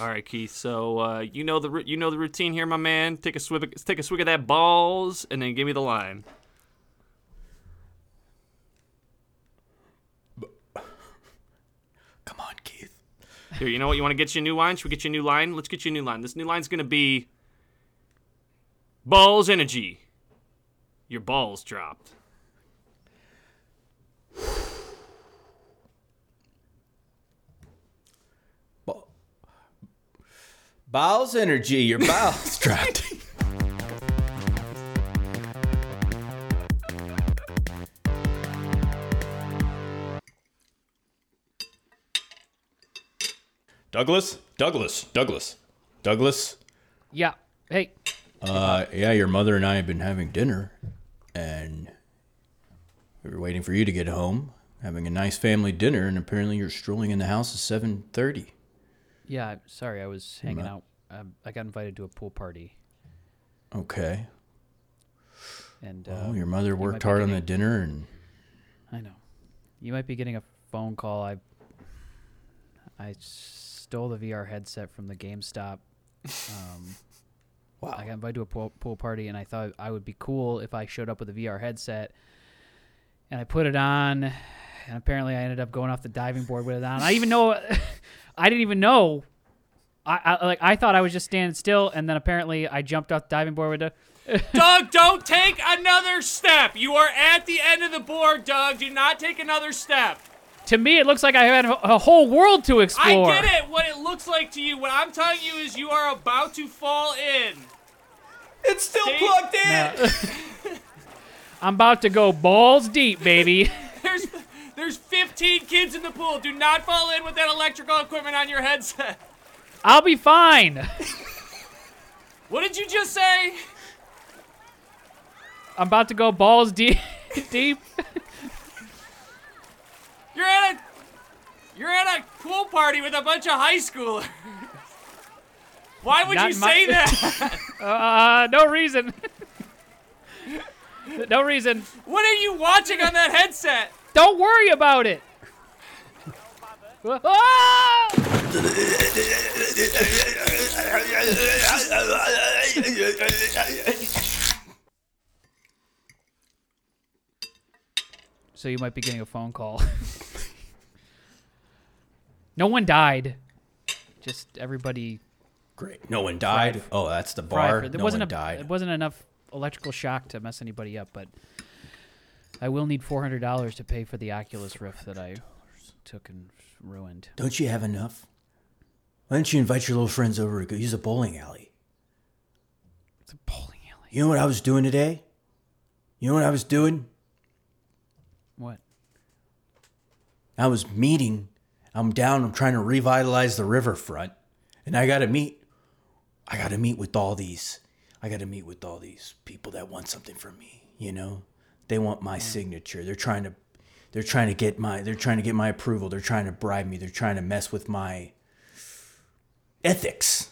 All right, Keith. So uh, you know the ru- you know the routine here, my man. Take a swig, take a swig of that balls, and then give me the lime.
Come on, Keith.
Here, you know what? You want to get you a new line? Should we get you a new line? Let's get you a new line. This new line's gonna be balls energy. Your balls dropped.
Bowels energy. Your bowels dropped. Douglas, Douglas, Douglas, Douglas.
Yeah. Hey,
Uh, yeah, your mother and I have been having dinner, and we were waiting for you to get home, having a nice family dinner, and apparently you're strolling in the house at seven thirty.
yeah. I- Sorry, I was hanging out. Um, I got invited to a pool party,
Okay.
and uh,
Oh, your mother worked
be
hard on the dinner, and
I know. You might be getting a phone call. I I stole the VR headset from the GameStop. Um,
Wow.
I got invited to a pool, pool party, and I thought I would be cool if I showed up with a VR headset. And I put it on, and apparently I ended up going off the diving board with it on. I even know, I didn't even know. I, I like I thought I was just standing still, and then apparently I jumped off the diving board with it.
Doug, don't take another step. You are at the end of the board, Doug. Do not take another step.
To me, it looks like I had a a whole world to explore.
I get it. What it looks like to you. What I'm telling you is you are about to fall in.
it's still
See?
plugged in.
I'm about to go balls deep, baby.
There's there's 15 kids in the pool. Do not fall in with that electrical equipment on your headset.
I'll be fine.
What did you just say?
I'm about to go balls deep. deep.
You're at a you're at a pool party with a bunch of high schoolers.
Why would
Not
you
my-
say that?
Uh, no reason. no reason.
what are you watching on that headset?
Don't worry about it. Ah! so you might be getting a phone call. no one died. Just everybody
Great. No one died. Oh, that's the
prior
bar.
for-
No
wasn't
one
a- It
died.
wasn't enough electrical shock to mess anybody up, but I will need four hundred dollars to pay for the Oculus Rift that I took and ruined.
Don't you have enough? Why don't you invite your little friends over to go use a bowling alley?
It's a bowling alley.
You know what I was doing today? You know what I was doing?
What?
I was meeting. I'm down. I'm trying to revitalize the riverfront, and I got to meet. I got to meet with all these. I got to meet with all these people that want something from me. You know, they want
Mm.
my signature. They're trying to. They're trying to get my. They're trying to get my approval. They're trying to bribe me. They're trying to mess with my ethics.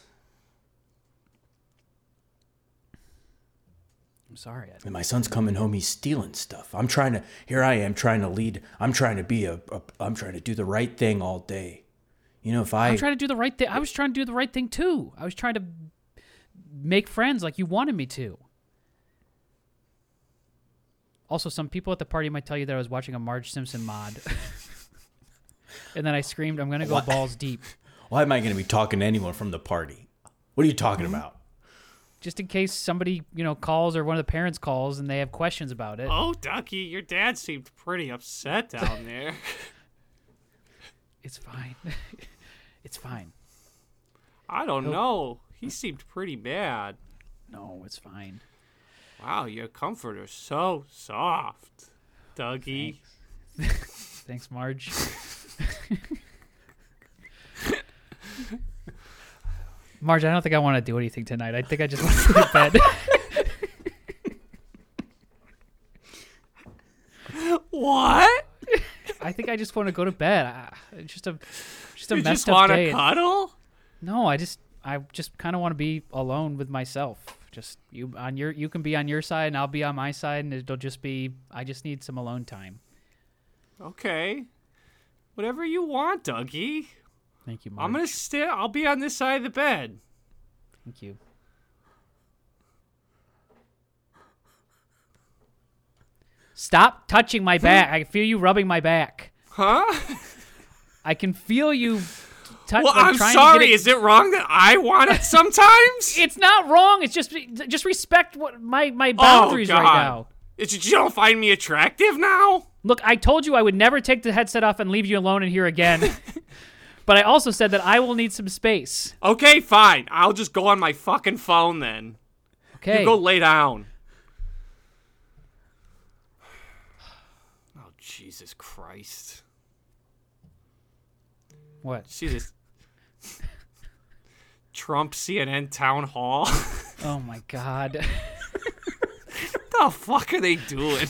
I'm sorry. I,
And my son's coming home. He's stealing stuff. I'm trying to. Here I am trying to lead. I'm trying to be a. a I'm trying to do the right thing all day. You know, if I.
I'm trying to do the right thing. I was trying to do the right thing too. I was trying to make friends like you wanted me to. Also, some people at the party might tell you that I was watching a Marge Simpson mod. and then I screamed, I'm going to go
What?
balls deep.
Why am I going to be talking to anyone from the party? What are you talking about?
just in case somebody you know calls or one of the parents calls and they have questions about it.
Oh, Ducky, your dad seemed pretty upset down there.
It's fine. it's fine.
I don't know. He seemed pretty bad.
No, it's fine.
Wow, your comforter's so soft, Dougie.
Thanks, Marge. Marge, I don't think I want to do anything tonight. I think I just want to go to bed.
What?
I think I just want to go to bed. I, it's just a just a
You
messed
just
up
want
day.
to cuddle?
No, I just I just kind of want to be alone with myself. Just you on your you can be on your side and I'll be on my side and it'll just be I just need some alone time.
Okay. Whatever you want, Dougie.
Thank you, Marge.
I'm gonna stay. I'll be on this side of the bed.
Thank you. Stop touching my back. I feel you rubbing my back.
Huh?
I can feel you touch.
Well,
like,
I'm
trying
sorry.
To get
Is it wrong that I want it sometimes?
it's not wrong. It's just just respect what my my boundaries right
God.
now.
it's just you don't find me attractive now.
Look, I told you I would never take the headset off and leave you alone in here again. but I also said that I will need some space.
Okay, fine. I'll just go on my fucking phone then.
Okay.
You go lay down. Oh Jesus Christ!
what?
See this Trump CNN town hall.
Oh my god.
the fuck are they doing?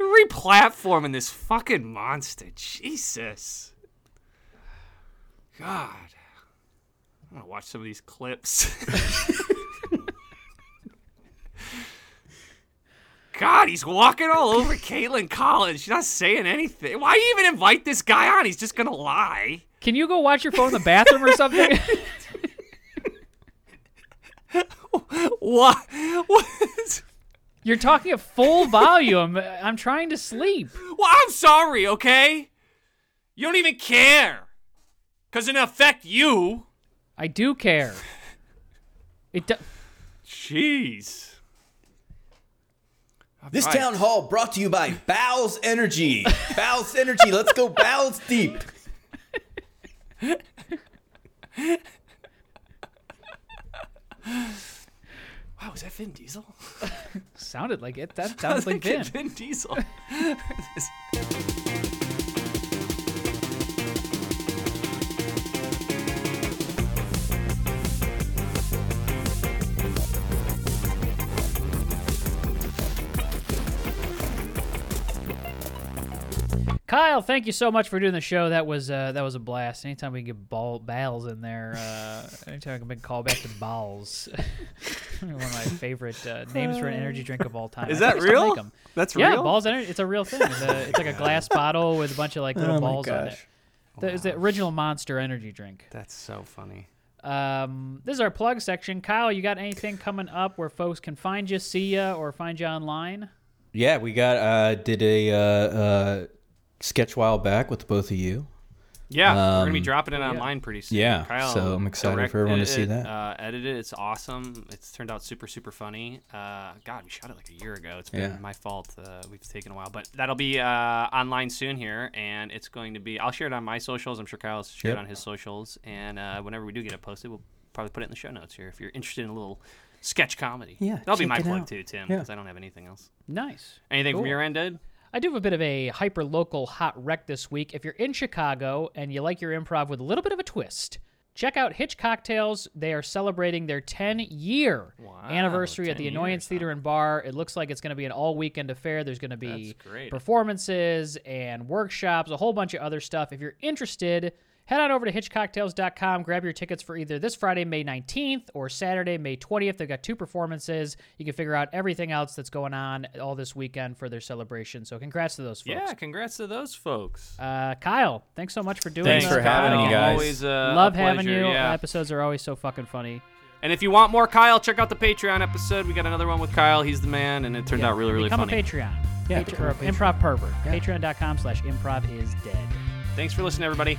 Replatforming this fucking monster. Jesus. God. I'm gonna watch some of these clips. God, he's walking all over Caitlin Collins. She's not saying anything. Why even invite this guy on? He's just gonna lie.
Can you go watch your phone in the bathroom or something?
What? What? is-
You're talking at full volume. I'm trying to sleep.
Well, I'm sorry, okay? You don't even care. Because it affect you.
I do care. It do-
Jeez.
This
Right.
town hall brought to you by Bowels Energy. Bowels Energy, let's go bowels deep.
Wow, is that Vin Diesel?
sounded like it. That sounded like Vin.
Vin Diesel.
Kyle, thank you so much for doing the show. That was uh, that was a blast. Anytime we can get ball balls in there, uh, anytime I can been called back to balls. One of my favorite uh, names for an energy drink of all time.
Is
I
that
think I still
real?
make 'em.
That's
yeah,
real.
balls energy. It's a real thing. It's, a, it's like a glass bottle with a bunch of like little
Oh my
balls on it.
gosh.
That is the original Monster energy drink.
That's so funny.
Um, this is our plug section. Kyle, you got anything coming up where folks can find you, see you, or find you online?
Yeah, we got uh did a uh, uh sketch a while back with both of you.
Oh, Yeah, we're gonna be dropping it online pretty soon.
Um, yeah,
Kyle
so I'm excited for
directed
everyone to see
it,
that.
Uh, edited, it. it's awesome. It's turned out super, super funny. Uh, God, we shot it like a year ago. It's been
Yeah.
my fault. Uh, we've taken a while, but that'll be uh, online soon here, and it's going to be. I'll share it on my socials. I'm sure Kyle's share it
Yep.
on his socials, and uh, whenever we do get it posted, we'll probably put it in the show notes here if you're interested in a little sketch comedy.
Yeah,
that'll be
check
my
it
plug
out.
too, Tim,
Yeah.
because I don't have anything else.
Nice.
Anything
Cool.
from your end, Ed?
I do have a bit of a hyper local hot wreck this week. If you're in Chicago and you like your improv with a little bit of a twist, check out Hitch Cocktails. They are celebrating their 10 year anniversary at
10
the Annoyance
years, huh?
Theater and Bar. It looks like it's going to be an all weekend affair. There's going to be
That's great.
performances and workshops, a whole bunch of other stuff. If you're interested, head on over to hitchcocktails.com, grab your tickets for either this Friday, May 19th, or Saturday, May 20th. They've got two performances. You can figure out everything else that's going on all this weekend for their celebration. So, congrats to those folks.
Yeah, congrats to those folks.
Uh, Kyle, thanks so much for doing
Thanks
this.
for having
Kyle.
me, guys.
Always, uh,
Love
a
having you.
pleasure, yeah.
Episodes are always so fucking funny.
And if you want more Kyle, check out the Patreon episode. We got another one with Kyle. He's the man, and it turned out really, really
become
funny.
a Patreon.
Yeah,
Patre-
become
or
a Patreon.
Improv pervert. Patreon.com slash improv is dead.
Thanks for listening, everybody.